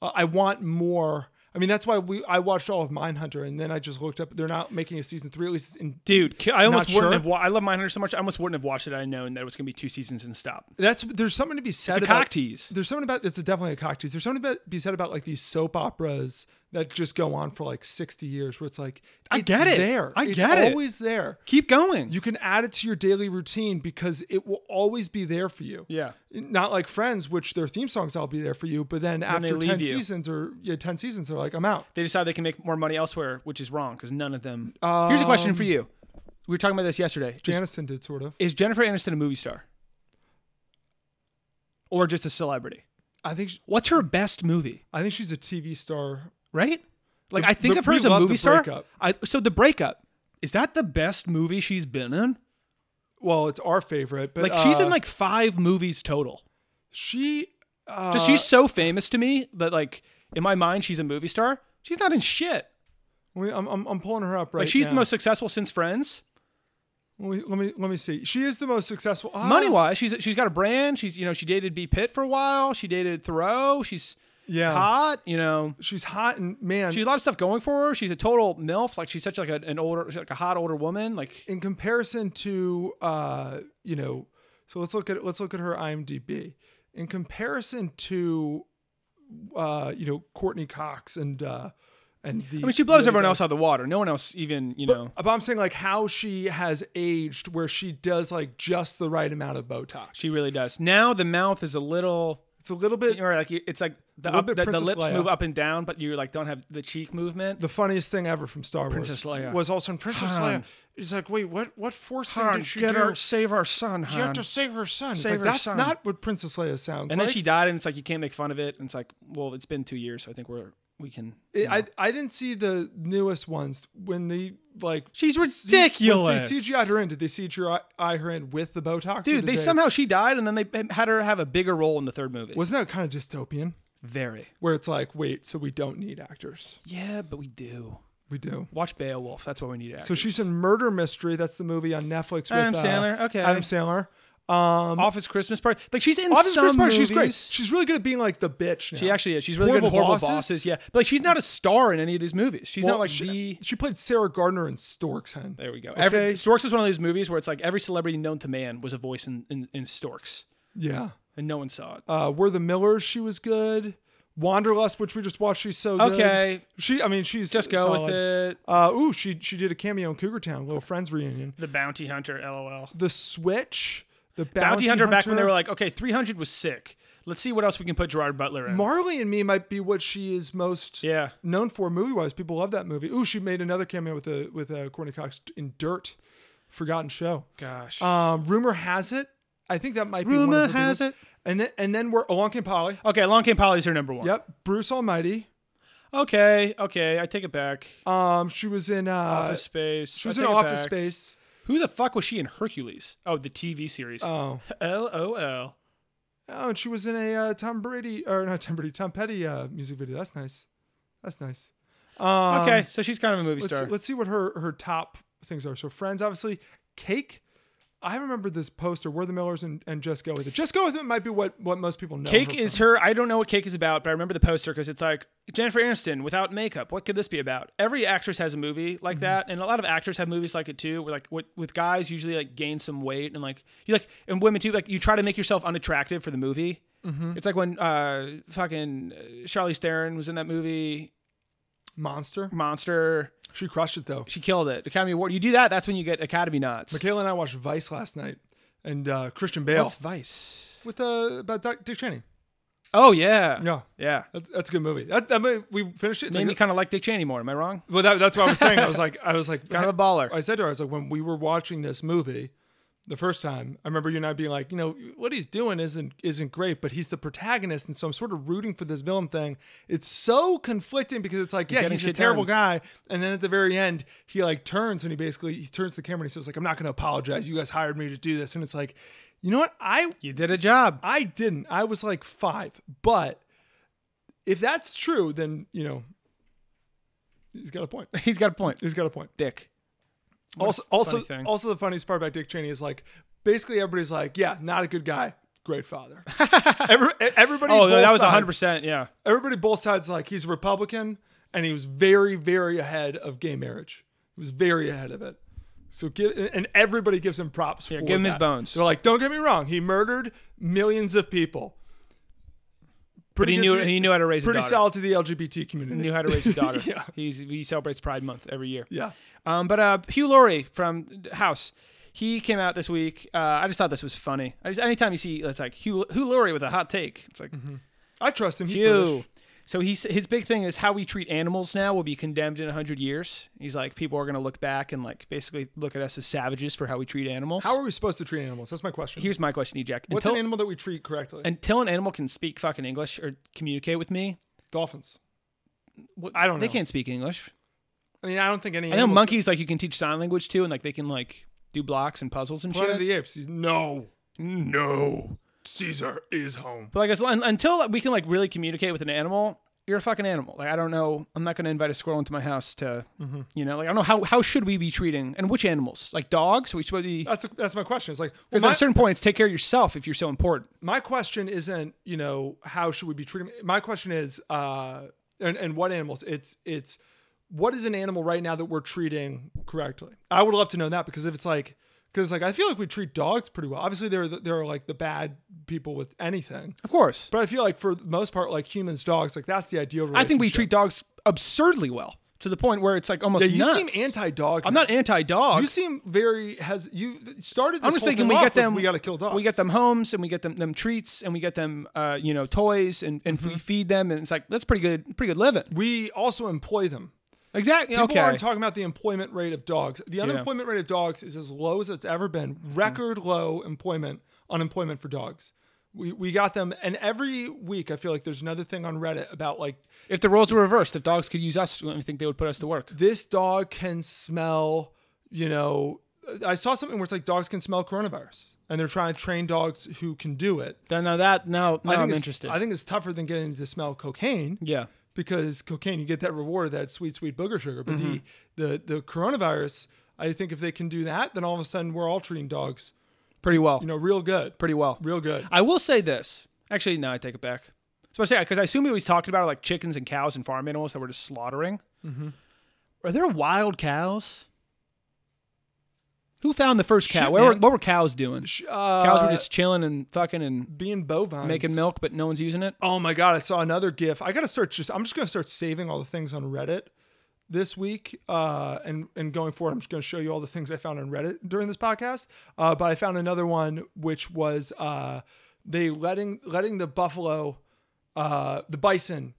[SPEAKER 7] Uh, I want more. I mean, that's why we I watched all of Mindhunter and then I just looked up. They're not making a season three, at least in
[SPEAKER 1] Dude, ki- I almost
[SPEAKER 7] Not
[SPEAKER 1] wouldn't
[SPEAKER 7] sure.
[SPEAKER 1] have. Wa- I love Mindhunter so much. I almost wouldn't have watched it. had I known that it was gonna be two seasons and stop.
[SPEAKER 7] that's there's something to be said
[SPEAKER 1] It's a
[SPEAKER 7] about
[SPEAKER 1] cock tease.
[SPEAKER 7] There's something about it's definitely a cock tease. There's something about be said about like these soap operas that just go on for like 60 years, where it's like
[SPEAKER 1] I
[SPEAKER 7] it's
[SPEAKER 1] get it.
[SPEAKER 7] there.
[SPEAKER 1] I
[SPEAKER 7] It's
[SPEAKER 1] get it.
[SPEAKER 7] Always there.
[SPEAKER 1] Keep going.
[SPEAKER 7] You can add it to your daily routine because it will always be there for you.
[SPEAKER 1] Yeah.
[SPEAKER 7] Not like Friends, which their theme songs all be there for you, but then
[SPEAKER 1] they
[SPEAKER 7] after 10
[SPEAKER 1] leave you.
[SPEAKER 7] seasons or yeah, 10 seasons, they're like, I'm out.
[SPEAKER 1] they decide they can make more money elsewhere, which is wrong because none of them. Here's a question for you. We were talking about this yesterday. Just-
[SPEAKER 7] Janison did sort of.
[SPEAKER 1] is Jennifer Aniston a movie star, or just a celebrity?
[SPEAKER 7] I think she-
[SPEAKER 1] What's her best movie?
[SPEAKER 7] I think she's a TV star.
[SPEAKER 1] Right? Like
[SPEAKER 7] The-
[SPEAKER 1] I think
[SPEAKER 7] the-
[SPEAKER 1] of her
[SPEAKER 7] we
[SPEAKER 1] as a
[SPEAKER 7] love The
[SPEAKER 1] movie star.
[SPEAKER 7] Breakup.
[SPEAKER 1] I, so the breakup is that the best movie she's been in?
[SPEAKER 7] Well, it's our favorite, but
[SPEAKER 1] Like she's
[SPEAKER 7] uh,
[SPEAKER 1] in like five movies total.
[SPEAKER 7] she uh,
[SPEAKER 1] Just she's so famous to me that like in my mind she's a movie star. She's not in shit.
[SPEAKER 7] we- I'm, I'm, I'm pulling her up right
[SPEAKER 1] Like she's
[SPEAKER 7] now.
[SPEAKER 1] the most successful since Friends.
[SPEAKER 7] Let me, let me let me see. She is the most successful. ah,
[SPEAKER 1] money wise, she's she's got a brand. She's you know she dated B Pitt for a while. She dated Thoreau. She's
[SPEAKER 7] Yeah,
[SPEAKER 1] hot. You know
[SPEAKER 7] she's hot and man.
[SPEAKER 1] she has a lot of stuff going for her. She's a total milf. Like she's such like a, an older she's like a hot older woman. Like
[SPEAKER 7] in comparison to uh, you know, so let's look at let's look at her IMDb. In comparison to uh, you know Courtney Cox and uh, and the.
[SPEAKER 1] I mean she blows everyone else out of the water. No one else even you know.
[SPEAKER 7] But I'm saying like how she has aged, where she does like just the right amount of Botox.
[SPEAKER 1] She really does. Now the mouth is a little
[SPEAKER 7] it's a little bit.
[SPEAKER 1] or like you- it's like the
[SPEAKER 7] little
[SPEAKER 1] up, the,
[SPEAKER 7] bit
[SPEAKER 1] the
[SPEAKER 7] Princess
[SPEAKER 1] lips
[SPEAKER 7] Leia.
[SPEAKER 1] move up and down, but you like don't have the cheek movement.
[SPEAKER 7] the funniest thing ever from Star Wars
[SPEAKER 1] Princess Leia.
[SPEAKER 7] was also in Princess
[SPEAKER 1] Han.
[SPEAKER 7] Leia. It's like, wait, what? What force thing did she do?
[SPEAKER 1] save our son,
[SPEAKER 7] You have to save her son. It's
[SPEAKER 1] Save
[SPEAKER 7] like,
[SPEAKER 1] her
[SPEAKER 7] that's
[SPEAKER 1] son.
[SPEAKER 7] not what Princess Leia sounds
[SPEAKER 1] And
[SPEAKER 7] like.
[SPEAKER 1] then she died, and it's like you can't make fun of it. And it's like, well, it's been two years, so I think we're we can. you know.
[SPEAKER 7] I, I didn't see the newest ones when they like.
[SPEAKER 1] She's
[SPEAKER 7] C- when
[SPEAKER 1] ridiculous.
[SPEAKER 7] They CGI her in. Did they CGI her in with the Botox? or
[SPEAKER 1] Dude,
[SPEAKER 7] did
[SPEAKER 1] they somehow she died, and then they had her have a bigger role in the third movie.
[SPEAKER 7] wasn't that kind of dystopian
[SPEAKER 1] very.
[SPEAKER 7] where it's like, wait, so we don't need actors,
[SPEAKER 1] Yeah, but we do.
[SPEAKER 7] we do.
[SPEAKER 1] Watch Beowulf. That's what we need.
[SPEAKER 7] So she's in Murder Mystery. That's the movie on Netflix. With,
[SPEAKER 1] Adam
[SPEAKER 7] uh,
[SPEAKER 1] Sandler, okay.
[SPEAKER 7] Adam Sandler. Um,
[SPEAKER 1] Office Christmas Party. Like she's in
[SPEAKER 7] Office
[SPEAKER 1] some
[SPEAKER 7] Christmas Party,
[SPEAKER 1] movies.
[SPEAKER 7] She's great. She's really good at being like the bitch. Now.
[SPEAKER 1] she actually is. She's really good. in Horrible bosses. Yeah, but like she's not a star in any of these movies. She's
[SPEAKER 7] Well,
[SPEAKER 1] not like
[SPEAKER 7] she,
[SPEAKER 1] the.
[SPEAKER 7] she played Sarah Gardner in Storks Hen.
[SPEAKER 1] uh, There we go.
[SPEAKER 7] Okay.
[SPEAKER 1] Every Storks is one of those movies where it's like every celebrity known to man was a voice in in, in Storks,
[SPEAKER 7] yeah.
[SPEAKER 1] and no one saw it.
[SPEAKER 7] Uh, We're the Millers. She was good. Wanderlust, which we just watched. She's so good.
[SPEAKER 1] Okay.
[SPEAKER 7] She. I mean, she's
[SPEAKER 1] Just go
[SPEAKER 7] solid.
[SPEAKER 1] with it.
[SPEAKER 7] Uh, ooh, she she did a cameo in Cougar Town, little friends reunion.
[SPEAKER 1] The Bounty Hunter. LOL.
[SPEAKER 7] The Switch, the Bounty,
[SPEAKER 1] Bounty Hunter, back when they were like, okay, 300 was sick. Let's see what else we can put Gerard Butler in.
[SPEAKER 7] Marley and Me might be what she is most
[SPEAKER 1] Yeah.
[SPEAKER 7] known for movie wise. People love that movie. Ooh, she made another cameo with a with a Courtney Cox in Dirt, Forgotten Show.
[SPEAKER 1] Gosh.
[SPEAKER 7] Um, rumor has it. I think that might be one
[SPEAKER 1] Rumor
[SPEAKER 7] of her
[SPEAKER 1] has
[SPEAKER 7] biggest-
[SPEAKER 1] it.
[SPEAKER 7] And then and then we're along came Polly.
[SPEAKER 1] okay, Long Came Polly's her number one.
[SPEAKER 7] Yep, Bruce Almighty.
[SPEAKER 1] Okay, okay, I take it back.
[SPEAKER 7] Um, she was in uh,
[SPEAKER 1] Office Space.
[SPEAKER 7] She was
[SPEAKER 1] I
[SPEAKER 7] in
[SPEAKER 1] take it
[SPEAKER 7] Office
[SPEAKER 1] back.
[SPEAKER 7] Space.
[SPEAKER 1] Who the fuck was she in Hercules? Oh, the TV series. *laughs*
[SPEAKER 7] Oh,
[SPEAKER 1] LOL.
[SPEAKER 7] oh, and she was in a uh, Tom Brady or not Tom Brady, Tom Petty uh, music video. That's nice. That's nice. Um,
[SPEAKER 1] Okay, so she's kind of a movie
[SPEAKER 7] Let's,
[SPEAKER 1] star.
[SPEAKER 7] let's see what her her top things are. So Friends, obviously, Cake. I remember this poster. We're the Millers and, and Just Go with It. Just Go with It might be what what most people know.
[SPEAKER 1] Cake
[SPEAKER 7] her
[SPEAKER 1] is
[SPEAKER 7] from.
[SPEAKER 1] her. I don't know what Cake is about, but I remember the poster because it's like Jennifer Aniston without makeup. What could this be about? Every actress has a movie like that, and a lot of actors have movies like it too. Where like with, with guys usually like gain some weight and like you like and women too. Like you try to make yourself unattractive for the movie. It's like when uh fucking Charlie Theron was in that movie
[SPEAKER 7] monster.
[SPEAKER 1] Monster.
[SPEAKER 7] She crushed it though.
[SPEAKER 1] She killed it. Academy Award. You do that, that's when you get Academy nods.
[SPEAKER 7] Michaela and I watched Vice last night, and uh, Christian Bale.
[SPEAKER 1] What's Vice?
[SPEAKER 7] with uh about Doc, Dick Cheney.
[SPEAKER 1] Oh yeah,
[SPEAKER 7] Yeah,
[SPEAKER 1] yeah.
[SPEAKER 7] that's, that's a good movie. That, that movie, we finished it. It's
[SPEAKER 1] Made
[SPEAKER 7] like-
[SPEAKER 1] me kind of like Dick Cheney more. Am I wrong?
[SPEAKER 7] well, that, that's what I was saying. I was like, I was
[SPEAKER 1] *laughs*
[SPEAKER 7] like,
[SPEAKER 1] Kind of a baller.
[SPEAKER 7] I said to her, I was like, when we were watching this movie the first time, I remember you and I being like, you know, what he's doing isn't isn't great, but he's the protagonist, and so I'm sort of rooting for this villain thing. It's so conflicting because it's like, yeah,
[SPEAKER 1] getting
[SPEAKER 7] he's a
[SPEAKER 1] shit
[SPEAKER 7] terrible
[SPEAKER 1] done.
[SPEAKER 7] guy, and then at the very end, he like turns and he basically he turns to the camera and he says like, I'm not going to apologize. You guys hired me to do this, and it's like, you know what? I
[SPEAKER 1] You did a job.
[SPEAKER 7] I didn't. I was like five. But if that's true, then you know, he's got a point.
[SPEAKER 1] *laughs* He's got a *laughs* point.
[SPEAKER 7] He's got a point
[SPEAKER 1] Dick.
[SPEAKER 7] also also
[SPEAKER 1] funny thing.
[SPEAKER 7] also the funniest part about Dick Cheney is like basically everybody's like, yeah, not a good guy,
[SPEAKER 1] *laughs*
[SPEAKER 7] great father. Every, e, everybody.
[SPEAKER 1] Oh,
[SPEAKER 7] both
[SPEAKER 1] that was
[SPEAKER 7] sides-
[SPEAKER 1] hundred percent. Yeah.
[SPEAKER 7] Everybody both sides like he's a Republican and he was very very ahead of gay marriage. He was very ahead of it. So give and everybody gives him props. for
[SPEAKER 1] give him his
[SPEAKER 7] that.
[SPEAKER 1] bones.
[SPEAKER 7] They're like, don't get me wrong, he murdered millions of people. Pretty
[SPEAKER 1] he
[SPEAKER 7] good
[SPEAKER 1] knew-
[SPEAKER 7] to-
[SPEAKER 1] he knew how to raise a
[SPEAKER 7] Pretty
[SPEAKER 1] daughter.
[SPEAKER 7] solid to the LGBT community.
[SPEAKER 1] Knew how to
[SPEAKER 7] *laughs*
[SPEAKER 1] raise a daughter.
[SPEAKER 7] yeah,
[SPEAKER 1] He's he celebrates Pride Month every year.
[SPEAKER 7] yeah.
[SPEAKER 1] Um, but uh, Hugh Laurie from House, he came out this week. Uh, I just thought this was funny. I just anytime you see it's like Hugh Hugh Laurie with a hot take, it's like
[SPEAKER 7] I trust him. Mm-hmm. He's
[SPEAKER 1] Hugh.
[SPEAKER 7] British.
[SPEAKER 1] So he's his big thing is how we treat animals now will be condemned in hundred years. He's like people are gonna look back and like basically look at us as savages for how we treat animals.
[SPEAKER 7] How are we supposed to treat animals? That's my question.
[SPEAKER 1] Here's my question, to you, Jack.
[SPEAKER 7] What's
[SPEAKER 1] until,
[SPEAKER 7] an animal that we treat correctly?
[SPEAKER 1] until an animal can speak fucking English or communicate with me,
[SPEAKER 7] Dolphins.
[SPEAKER 1] what,
[SPEAKER 7] I don't
[SPEAKER 1] They
[SPEAKER 7] know.
[SPEAKER 1] can't speak English.
[SPEAKER 7] I mean, I don't think any.
[SPEAKER 1] I know
[SPEAKER 7] animals-
[SPEAKER 1] monkeys like you can teach sign language too, and like they can like do blocks and puzzles and
[SPEAKER 7] Planet
[SPEAKER 1] shit.
[SPEAKER 7] of the Apes. No,
[SPEAKER 1] no,
[SPEAKER 7] Caesar is home.
[SPEAKER 1] but like as, un- until we can like really communicate with an animal, you're a fucking animal. Like I don't know, I'm not gonna invite a squirrel into my house to,
[SPEAKER 7] Mm-hmm.
[SPEAKER 1] you know, like I don't know how how should we be treating and which animals like dogs? We should be
[SPEAKER 7] That's the, that's my question. It's like well,
[SPEAKER 1] because
[SPEAKER 7] Uh, my,
[SPEAKER 1] at a certain point it's take care of yourself if you're so important.
[SPEAKER 7] my question isn't you know how should we be treating. My question is uh and and what animals? It's it's what is an animal right now that we're treating correctly? I would love to know that because if it's like because like I feel like we treat dogs pretty well. Obviously, there are the- there are like the bad people with anything,
[SPEAKER 1] Of course,
[SPEAKER 7] but I feel like for the most part, like humans, dogs, like that's the ideal.
[SPEAKER 1] I think we
[SPEAKER 7] relationship.
[SPEAKER 1] treat dogs absurdly well to the point where it's like almost.
[SPEAKER 7] Yeah, you
[SPEAKER 1] nuts.
[SPEAKER 7] seem anti-dog.
[SPEAKER 1] I'm
[SPEAKER 7] now.
[SPEAKER 1] not anti-dog.
[SPEAKER 7] You seem very has you started. This
[SPEAKER 1] I'm just
[SPEAKER 7] whole
[SPEAKER 1] thinking
[SPEAKER 7] thing
[SPEAKER 1] we
[SPEAKER 7] off
[SPEAKER 1] get
[SPEAKER 7] with,
[SPEAKER 1] them.
[SPEAKER 7] We got to kill dogs.
[SPEAKER 1] We get them homes, and we get them them treats, and we get them, uh, you know, toys, and and
[SPEAKER 7] Mm-hmm.
[SPEAKER 1] we feed them, and it's like that's pretty good, pretty good living.
[SPEAKER 7] We also employ them.
[SPEAKER 1] Exactly.
[SPEAKER 7] People
[SPEAKER 1] okay.
[SPEAKER 7] aren't talking about the employment rate of dogs. The unemployment rate of dogs is as low as it's ever been.
[SPEAKER 1] Mm.
[SPEAKER 7] Record low employment unemployment for dogs. We we got them, and every week I feel like there's another thing on Reddit about like
[SPEAKER 1] if the roles were reversed, if dogs could use us, I think they would put us to work.
[SPEAKER 7] this dog can smell. You know, I saw something where it's like dogs can smell coronavirus, and they're trying to train dogs who can do it.
[SPEAKER 1] Then now that now now
[SPEAKER 7] I think
[SPEAKER 1] Oh, I'm
[SPEAKER 7] it's-
[SPEAKER 1] interested.
[SPEAKER 7] I think it's tougher than getting to smell cocaine.
[SPEAKER 1] yeah.
[SPEAKER 7] because cocaine you get that reward of that sweet sweet booger sugar but
[SPEAKER 1] Mm-hmm.
[SPEAKER 7] the, the the coronavirus i think if they can do that then all of a sudden we're all treating dogs
[SPEAKER 1] Pretty well.
[SPEAKER 7] you know real good
[SPEAKER 1] pretty well.
[SPEAKER 7] real good
[SPEAKER 1] I will say this. Actually, no, I take it back. So I say because I assume he was talking about like chickens and cows and farm animals that we're just slaughtering.
[SPEAKER 7] Mm-hmm.
[SPEAKER 1] Are there wild cows? Who found the first cow?
[SPEAKER 7] Shit,
[SPEAKER 1] Where were,
[SPEAKER 7] man.
[SPEAKER 1] what were cows doing?
[SPEAKER 7] uh,
[SPEAKER 1] cows were just chilling and fucking and
[SPEAKER 7] being bovine
[SPEAKER 1] making milk, but no one's using it.
[SPEAKER 7] oh my god i saw another gif i gotta start just i'm just gonna start saving all the things on reddit this week uh and and going forward i'm just gonna show you all the things i found on reddit during this podcast uh but i found another one which was uh they letting letting the buffalo uh the bison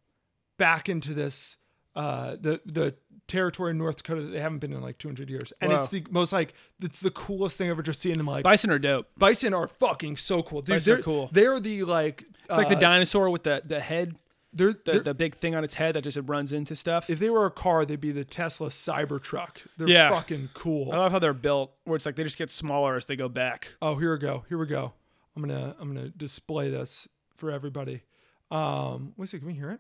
[SPEAKER 7] back into this uh the the territory in north dakota that they haven't been in like 200 years and
[SPEAKER 1] Wow.
[SPEAKER 7] it's the most like it's the coolest thing i've ever just seen in my life
[SPEAKER 1] Bison are dope.
[SPEAKER 7] bison are fucking so cool Dude,
[SPEAKER 1] Bison are
[SPEAKER 7] they're
[SPEAKER 1] cool.
[SPEAKER 7] they're the like it's
[SPEAKER 1] It's like the dinosaur with the, the head,
[SPEAKER 7] they're,
[SPEAKER 1] the,
[SPEAKER 7] Uh, they're-
[SPEAKER 1] the big thing on its head that just runs into stuff.
[SPEAKER 7] if they were a car, they'd be the Tesla Cybertruck. They're
[SPEAKER 1] Yeah. Uh-huh.
[SPEAKER 7] fucking cool.
[SPEAKER 1] I love how they're built, where it's like they just get smaller as they go back.
[SPEAKER 7] oh, here we go. Here we go. I'm gonna I'm gonna display this for everybody. Um, wait a second. Can we hear it?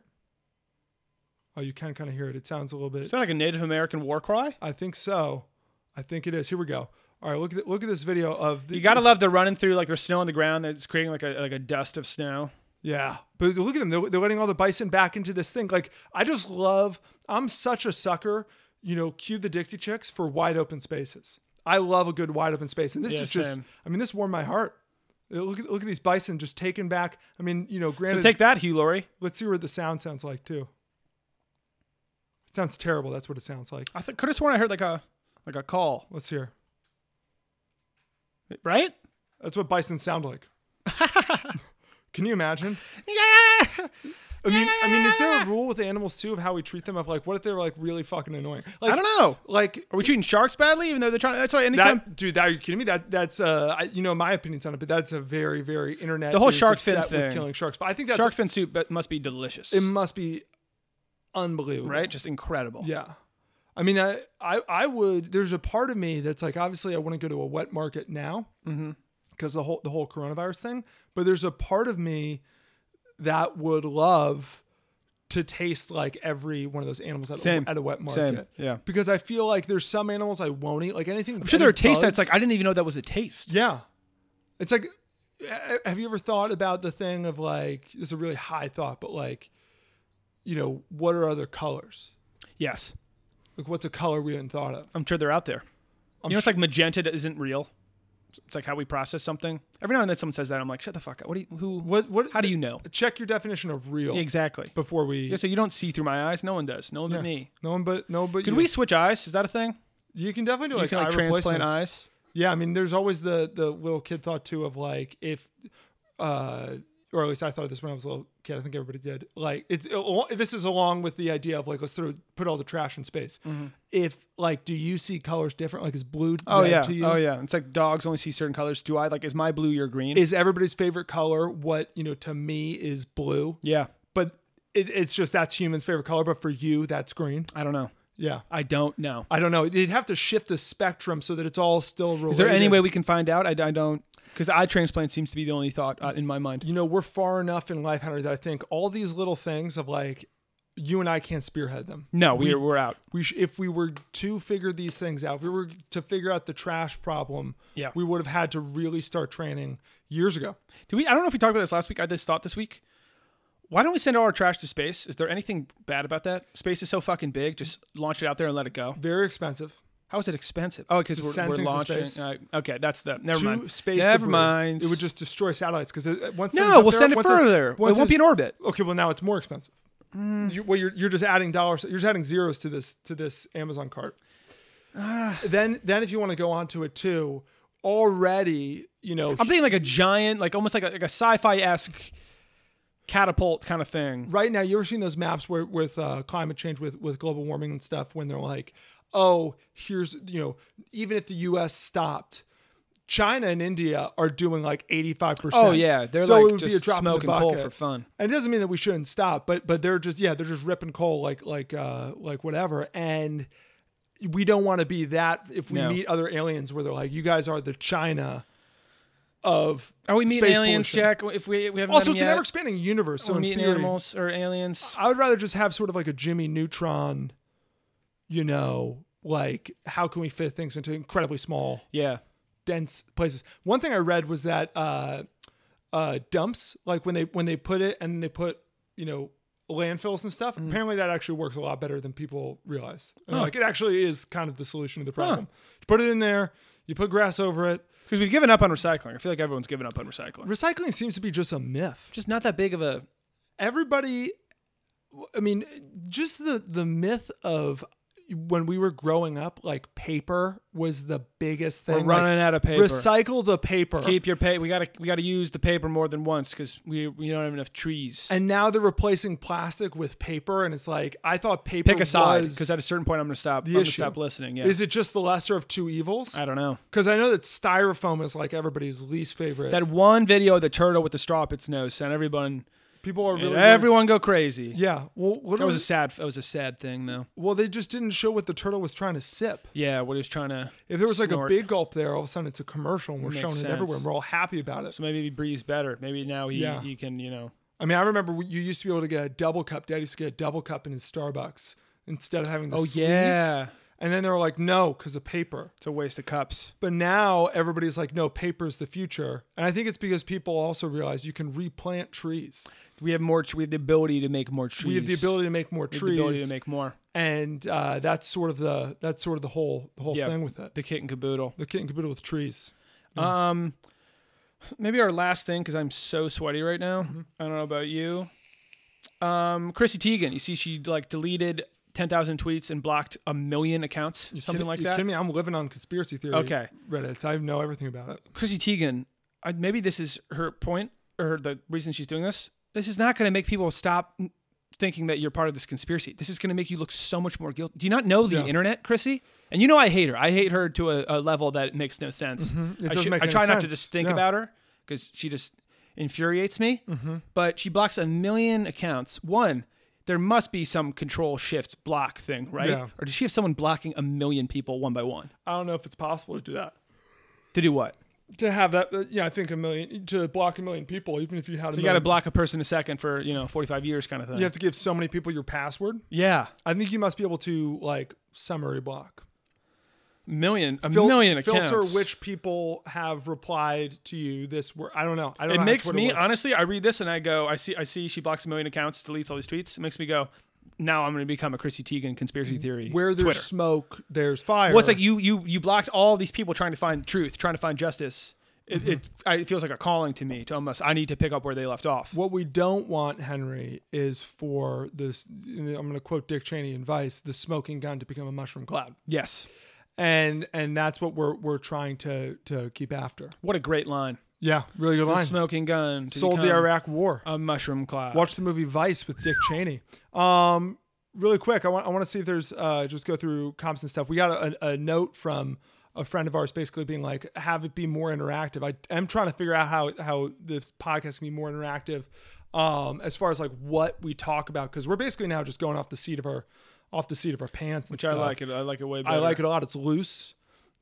[SPEAKER 7] Oh, you can kind of hear it. It sounds a little bit.
[SPEAKER 1] Is that like a Native American war cry?
[SPEAKER 7] I think so. I think it is. Here we go. All right, look at th- look at this video of the.
[SPEAKER 1] You gotta love they're running through like there's snow on the ground that's creating like a like a dust of snow.
[SPEAKER 7] Yeah, but look at them. They're, they're letting all the bison back into this thing. Like I just love. I'm such a sucker. You know, cue the Dixie Chicks for wide open spaces. I love a good wide open space, and this
[SPEAKER 1] Yeah,
[SPEAKER 7] is just.
[SPEAKER 1] same.
[SPEAKER 7] I mean, this warmed my heart. Uh, Look at look at these bison just taken back. I mean, you know,
[SPEAKER 1] So
[SPEAKER 7] granted,
[SPEAKER 1] take that, Hugh Laurie.
[SPEAKER 7] let's see what the sound sounds like too. It sounds terrible. That's what it sounds like.
[SPEAKER 1] I th- could have sworn I heard like a like a call,
[SPEAKER 7] Let's hear.
[SPEAKER 1] right? *laughs*
[SPEAKER 7] That's what bison sound like. Can you imagine? I mean, I mean, is there a rule with animals too of how we treat them? Of like, what if they're like really fucking annoying? Like,
[SPEAKER 1] I don't know.
[SPEAKER 7] Like,
[SPEAKER 1] Are we treating sharks badly, even though they're trying? That's why anytime
[SPEAKER 7] that dude, that, are you kidding me? That that's uh, I, you know, my opinions on it, but that's a very, very internet.
[SPEAKER 1] The whole
[SPEAKER 7] is
[SPEAKER 1] shark fin
[SPEAKER 7] upset with
[SPEAKER 1] thing.
[SPEAKER 7] killing sharks, but I think that's
[SPEAKER 1] shark fin soup but must be delicious,
[SPEAKER 7] It must be unbelievable,
[SPEAKER 1] right? Just incredible.
[SPEAKER 7] Yeah. I mean, I, I, I would, there's a part of me that's like, obviously I wouldn't go to a wet market now
[SPEAKER 1] Mm-hmm.
[SPEAKER 7] because the whole, the whole coronavirus thing, but there's a part of me that would love to taste like every one of those animals at,
[SPEAKER 1] Same.
[SPEAKER 7] A, at a wet market.
[SPEAKER 1] Same. Yeah.
[SPEAKER 7] Because I feel like there's some animals I won't eat, like anything.
[SPEAKER 1] I'm sure there are tastes that's like I didn't even know that was a taste.
[SPEAKER 7] Yeah. It's like, h- have you ever thought about the thing of like, this is a really high thought, but like, you know, what are other colors?
[SPEAKER 1] Yes,
[SPEAKER 7] Like, what's a color we haven't thought of?
[SPEAKER 1] I'm sure they're out there. you know, it's like magenta that isn't real. It's like how we process something. Every now and then, someone says that. I'm like, shut the fuck up. What do you? Who?
[SPEAKER 7] What? What?
[SPEAKER 1] How do you know?
[SPEAKER 7] Check your definition of real
[SPEAKER 1] Exactly.
[SPEAKER 7] before we.
[SPEAKER 1] Yeah, so you don't see through my eyes. No one does. No one
[SPEAKER 7] Yeah.
[SPEAKER 1] but me.
[SPEAKER 7] No one but no but
[SPEAKER 1] Could
[SPEAKER 7] you.
[SPEAKER 1] we switch eyes? Is that a thing?
[SPEAKER 7] You can definitely do
[SPEAKER 1] You
[SPEAKER 7] like,
[SPEAKER 1] can like
[SPEAKER 7] eye
[SPEAKER 1] transplant
[SPEAKER 7] replacements.
[SPEAKER 1] eyes.
[SPEAKER 7] Yeah, I mean, there's always the the little kid thought too of like if, uh, or at least I thought this when I was a little kid. I think everybody did. Like it's this is along with the idea of like let's throw put all the trash in space. If like, do you see colors different? Like is blue?
[SPEAKER 1] Mm-hmm. Oh
[SPEAKER 7] red
[SPEAKER 1] yeah.
[SPEAKER 7] To you?
[SPEAKER 1] Oh yeah. It's like dogs only see certain colors. Do I like? Is my blue your green?
[SPEAKER 7] Is everybody's favorite color what you know? To me, is blue.
[SPEAKER 1] yeah.
[SPEAKER 7] But it, it's just that's humans' favorite color. But for you, that's green.
[SPEAKER 1] I don't know.
[SPEAKER 7] Yeah.
[SPEAKER 1] I don't know.
[SPEAKER 7] I don't know. You'd have to shift the spectrum so that it's all still related.
[SPEAKER 1] Is there any way we can find out? I, I don't. Because eye transplant seems to be the only thought uh, in my mind.
[SPEAKER 7] You know, we're far enough in life, Hunter, that I think all these little things of like, you and I can't spearhead them.
[SPEAKER 1] No, we, we're out.
[SPEAKER 7] We sh- if we were to figure these things out, if we were to figure out the trash problem,
[SPEAKER 1] Yeah.
[SPEAKER 7] we would have had to really start training years ago.
[SPEAKER 1] Did we? I don't know if we talked about this last week. I had this thought this week. Why don't we send all our trash to space? Is there anything bad about that? Space is so fucking big. Just launch it out there and let it go.
[SPEAKER 7] Very expensive.
[SPEAKER 1] How is it expensive? Oh, because we're,
[SPEAKER 7] send
[SPEAKER 1] we're
[SPEAKER 7] things to
[SPEAKER 1] launching.
[SPEAKER 7] space.
[SPEAKER 1] Uh, okay, that's the. Never
[SPEAKER 7] To
[SPEAKER 1] mind.
[SPEAKER 7] space
[SPEAKER 1] Never
[SPEAKER 7] debris,
[SPEAKER 1] mind.
[SPEAKER 7] It would just destroy satellites because once things
[SPEAKER 1] No,
[SPEAKER 7] up
[SPEAKER 1] we'll
[SPEAKER 7] there-
[SPEAKER 1] send it
[SPEAKER 7] once it's-
[SPEAKER 1] further. It
[SPEAKER 7] once
[SPEAKER 1] won't be in
[SPEAKER 7] it's-
[SPEAKER 1] orbit.
[SPEAKER 7] Okay, well now it's more expensive.
[SPEAKER 1] Mm.
[SPEAKER 7] You, well, you're, you're just adding dollars. You're just adding zeros to this to this Amazon cart.
[SPEAKER 1] Ah.
[SPEAKER 7] then then if you want to go onto it too, already you know
[SPEAKER 1] I'm thinking like a giant, like almost like a, like a sci-fi esque catapult kind of thing.
[SPEAKER 7] right now you ever seen those maps where with uh, climate change with with global warming and stuff when they're like, oh here's you know even if the U.S. stopped. China and India are doing like 85%.
[SPEAKER 1] Oh, yeah. They're
[SPEAKER 7] So
[SPEAKER 1] like
[SPEAKER 7] it would be
[SPEAKER 1] just
[SPEAKER 7] a drop in the
[SPEAKER 1] smoking coal
[SPEAKER 7] bucket.
[SPEAKER 1] for fun.
[SPEAKER 7] And it doesn't mean that we shouldn't stop, but but they're just yeah, they're just ripping coal like like uh like whatever. And we don't want to be that if we
[SPEAKER 1] No.
[SPEAKER 7] meet other aliens where they're like, you guys are the China of
[SPEAKER 1] Are we meeting
[SPEAKER 7] space
[SPEAKER 1] aliens,
[SPEAKER 7] pollution."
[SPEAKER 1] Jack? If we we haven't
[SPEAKER 7] Also,
[SPEAKER 1] met
[SPEAKER 7] it's
[SPEAKER 1] them
[SPEAKER 7] an
[SPEAKER 1] yet.
[SPEAKER 7] ever expanding universe. So
[SPEAKER 1] We're
[SPEAKER 7] in
[SPEAKER 1] meeting
[SPEAKER 7] theory,
[SPEAKER 1] animals or aliens.
[SPEAKER 7] I would rather just have sort of like a Jimmy Neutron, you know, like how can we fit things into incredibly small
[SPEAKER 1] Yeah.
[SPEAKER 7] dense places. One thing I read was that uh, uh, dumps, like when they when they put it and they put you know landfills and
[SPEAKER 1] Mm-hmm.
[SPEAKER 7] stuff. Apparently, that actually works a lot better than people realize. And, Like it actually is kind of the solution to the problem. You put it in there, you put grass over it.
[SPEAKER 1] Because we've given up on recycling. I feel like everyone's given up on recycling.
[SPEAKER 7] Recycling seems to be just a myth.
[SPEAKER 1] just not that big of a.
[SPEAKER 7] Everybody, I mean, just the the myth of when we were growing up, like paper was the biggest thing.
[SPEAKER 1] We're running
[SPEAKER 7] Like,
[SPEAKER 1] out of paper.
[SPEAKER 7] Recycle the paper.
[SPEAKER 1] Keep your paper. We gotta we gotta use the paper more than once because we we don't have enough trees.
[SPEAKER 7] And now they're replacing plastic with paper, and it's like I thought paper
[SPEAKER 1] pick a side
[SPEAKER 7] was
[SPEAKER 1] because at a certain point I'm gonna stop. I'm
[SPEAKER 7] the
[SPEAKER 1] gonna
[SPEAKER 7] issue.
[SPEAKER 1] stop listening. Yeah.
[SPEAKER 7] Is it just the lesser of two evils?
[SPEAKER 1] I don't know.
[SPEAKER 7] Because I know that styrofoam is like everybody's least favorite.
[SPEAKER 1] That one video of the turtle with the straw up its nose sent everyone
[SPEAKER 7] people are really
[SPEAKER 1] everyone go crazy.
[SPEAKER 7] Yeah. Well, what
[SPEAKER 1] That was a
[SPEAKER 7] was-
[SPEAKER 1] sad. That was a sad thing though.
[SPEAKER 7] well, they just didn't show what the turtle was trying to sip.
[SPEAKER 1] Yeah, what he was trying to.
[SPEAKER 7] If there was like
[SPEAKER 1] snort.
[SPEAKER 7] a big gulp there, all of a sudden it's a commercial, and we're
[SPEAKER 1] Makes
[SPEAKER 7] showing it everywhere.
[SPEAKER 1] sense.
[SPEAKER 7] And we're all happy about it.
[SPEAKER 1] So maybe he breathes better. Maybe now he
[SPEAKER 7] Yeah.
[SPEAKER 1] he can you know.
[SPEAKER 7] I mean, I remember you used to be able to get a double cup. Dad used to get a double cup in his Starbucks instead of having. The
[SPEAKER 1] Oh
[SPEAKER 7] sleeve.
[SPEAKER 1] yeah,
[SPEAKER 7] And then they were like, no, because of paper.
[SPEAKER 1] it's a waste of cups.
[SPEAKER 7] But now everybody's like, no, paper's the future. And I think it's because people also realize you can replant trees.
[SPEAKER 1] We have more. tr- We have the ability to make more trees.
[SPEAKER 7] We have the ability to make more
[SPEAKER 1] We have
[SPEAKER 7] trees.
[SPEAKER 1] the ability to make more.
[SPEAKER 7] and uh, that's sort of the that's sort of the whole the whole
[SPEAKER 1] Yeah,
[SPEAKER 7] thing with it. The,
[SPEAKER 1] the kit and caboodle.
[SPEAKER 7] kit and caboodle with trees.
[SPEAKER 1] Um, maybe our last thing because I'm so sweaty right now.
[SPEAKER 7] Mm-hmm.
[SPEAKER 1] I don't know about you. Um, Chrissy Teigen. You see, she like deleted ten thousand tweets and blocked a million accounts. something
[SPEAKER 7] Kidding-
[SPEAKER 1] like
[SPEAKER 7] you
[SPEAKER 1] that.
[SPEAKER 7] kidding me? I'm living on conspiracy theory.
[SPEAKER 1] Okay.
[SPEAKER 7] Reddit. I know everything about it.
[SPEAKER 1] Chrissy Teigen I, maybe this is her point or the reason she's doing this. This is not going to make people stop n- thinking that you're part of this conspiracy. This is going to make you look so much more guilty. Do you not know the
[SPEAKER 7] Yeah.
[SPEAKER 1] internet, Chrissy? And you know I hate her. I hate her to a, a level that makes no sense.
[SPEAKER 7] Mm-hmm. It
[SPEAKER 1] I,
[SPEAKER 7] doesn't make
[SPEAKER 1] I
[SPEAKER 7] any
[SPEAKER 1] try not to
[SPEAKER 7] sense.
[SPEAKER 1] just think
[SPEAKER 7] Yeah.
[SPEAKER 1] about her because she just infuriates me.
[SPEAKER 7] Mm-hmm.
[SPEAKER 1] But she blocks a million accounts. One, there must be some control shift block thing, right?
[SPEAKER 7] Yeah.
[SPEAKER 1] Or does she have someone blocking a million people one by one
[SPEAKER 7] I don't know if it's possible to do that.
[SPEAKER 1] to do what?
[SPEAKER 7] To have that, uh, yeah, I think a million to block a million people, even if you had. a
[SPEAKER 1] You got to
[SPEAKER 7] million-
[SPEAKER 1] block a person a second for you know 45 years kind of thing.
[SPEAKER 7] You have to give so many people your password.
[SPEAKER 1] yeah,
[SPEAKER 7] I think you must be able to like summary block.
[SPEAKER 1] million, a
[SPEAKER 7] Fil-
[SPEAKER 1] million accounts.
[SPEAKER 7] filter which people have replied to you this word. I don't know. I don't. know
[SPEAKER 1] it
[SPEAKER 7] how
[SPEAKER 1] makes
[SPEAKER 7] Twitter
[SPEAKER 1] me
[SPEAKER 7] works.
[SPEAKER 1] honestly. I read this and I go, I see, I see. She blocks a million accounts, deletes all these tweets. It makes me go, now I'm going to become a Chrissy Teigen conspiracy theory.
[SPEAKER 7] Mm-hmm. Where there's
[SPEAKER 1] Twitter.
[SPEAKER 7] smoke, there's fire.
[SPEAKER 1] Well, it's like you you you blocked all these people trying to find truth, trying to find justice.
[SPEAKER 7] Mm-hmm.
[SPEAKER 1] It, it, I, it feels like a calling to me to almost I need to pick up where they left off.
[SPEAKER 7] What we don't want, Henry, is for this. I'm going to quote Dick Cheney in Vice: "The smoking gun to become a mushroom cloud,"
[SPEAKER 1] Yes,
[SPEAKER 7] and and that's what we're we're trying to to keep after.
[SPEAKER 1] what a great line.
[SPEAKER 7] Yeah, really good line.
[SPEAKER 1] Smoking gun to
[SPEAKER 7] Sold the
[SPEAKER 1] become
[SPEAKER 7] Iraq War.
[SPEAKER 1] a mushroom cloud.
[SPEAKER 7] Watch the movie Vice with Dick Cheney. Um, really quick, I want I want to see if there's uh, just go through comps and stuff. We got a, a note from a friend of ours basically being like, have it be more interactive. I am trying to figure out how how this podcast can be more interactive, um, as far as like what we talk about because we're basically now just going off the seat of our off the seat of our pants, and
[SPEAKER 1] which I
[SPEAKER 7] stuff.
[SPEAKER 1] like it. I like it way better.
[SPEAKER 7] I like it a lot. It's loose.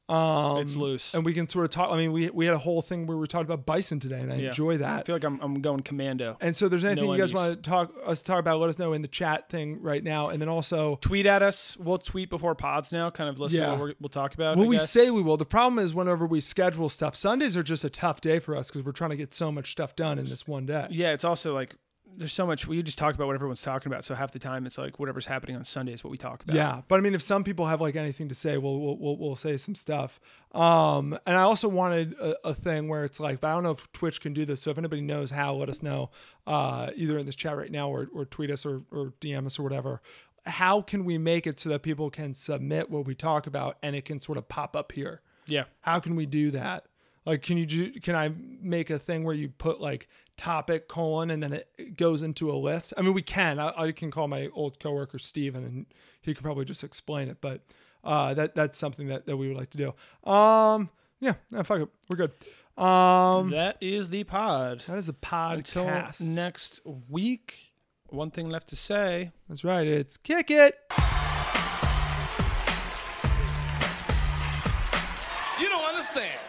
[SPEAKER 1] It's loose.
[SPEAKER 7] And we can sort of talk. I mean, we, we had a whole thing where we talked about bison today, and I enjoy that.
[SPEAKER 1] I feel like I'm, I'm going commando.
[SPEAKER 7] And so, if there's anything
[SPEAKER 1] No
[SPEAKER 7] you guys
[SPEAKER 1] undies.
[SPEAKER 7] want to talk us talk about, let us know in the chat thing right now. And then also,
[SPEAKER 1] tweet at us. We'll tweet before pods now. Kind of listen
[SPEAKER 7] Yeah.
[SPEAKER 1] to what we're, we'll talk about.
[SPEAKER 7] well,
[SPEAKER 1] I
[SPEAKER 7] we
[SPEAKER 1] guess.
[SPEAKER 7] say we will. The problem is whenever we schedule stuff, Sundays are just a tough day for us because we're trying to get so much stuff done in this one day.
[SPEAKER 1] yeah. It's also like there's so much. We just talk about what everyone's talking about. So half the time it's like whatever's happening on Sunday is what we talk about.
[SPEAKER 7] Yeah, but I mean, if some people have like anything to say, we'll we'll, we'll, we'll say some stuff. Um, and I also wanted a, a thing where it's like, but I don't know if Twitch can do this. So if anybody knows how, let us know uh, either in this chat right now or, or tweet us or, or DM us or whatever. How can we make it so that people can submit what we talk about and it can sort of pop up here?
[SPEAKER 1] Yeah.
[SPEAKER 7] How can we do that? Like, can you do, can I make a thing where you put like topic colon and then it goes into a list? I mean, we can. I, I can call my old coworker Steven and he could probably just explain it, but uh, that that's something that, that we would like to do. Um, yeah, no, fuck it, we're good. Um,
[SPEAKER 1] That is the pod.
[SPEAKER 7] that is a
[SPEAKER 1] Until
[SPEAKER 7] podcast.
[SPEAKER 1] next week. One thing left to say.
[SPEAKER 7] that's right. It's kick it.
[SPEAKER 2] You don't understand.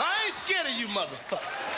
[SPEAKER 2] I ain't scared of you motherfuckers.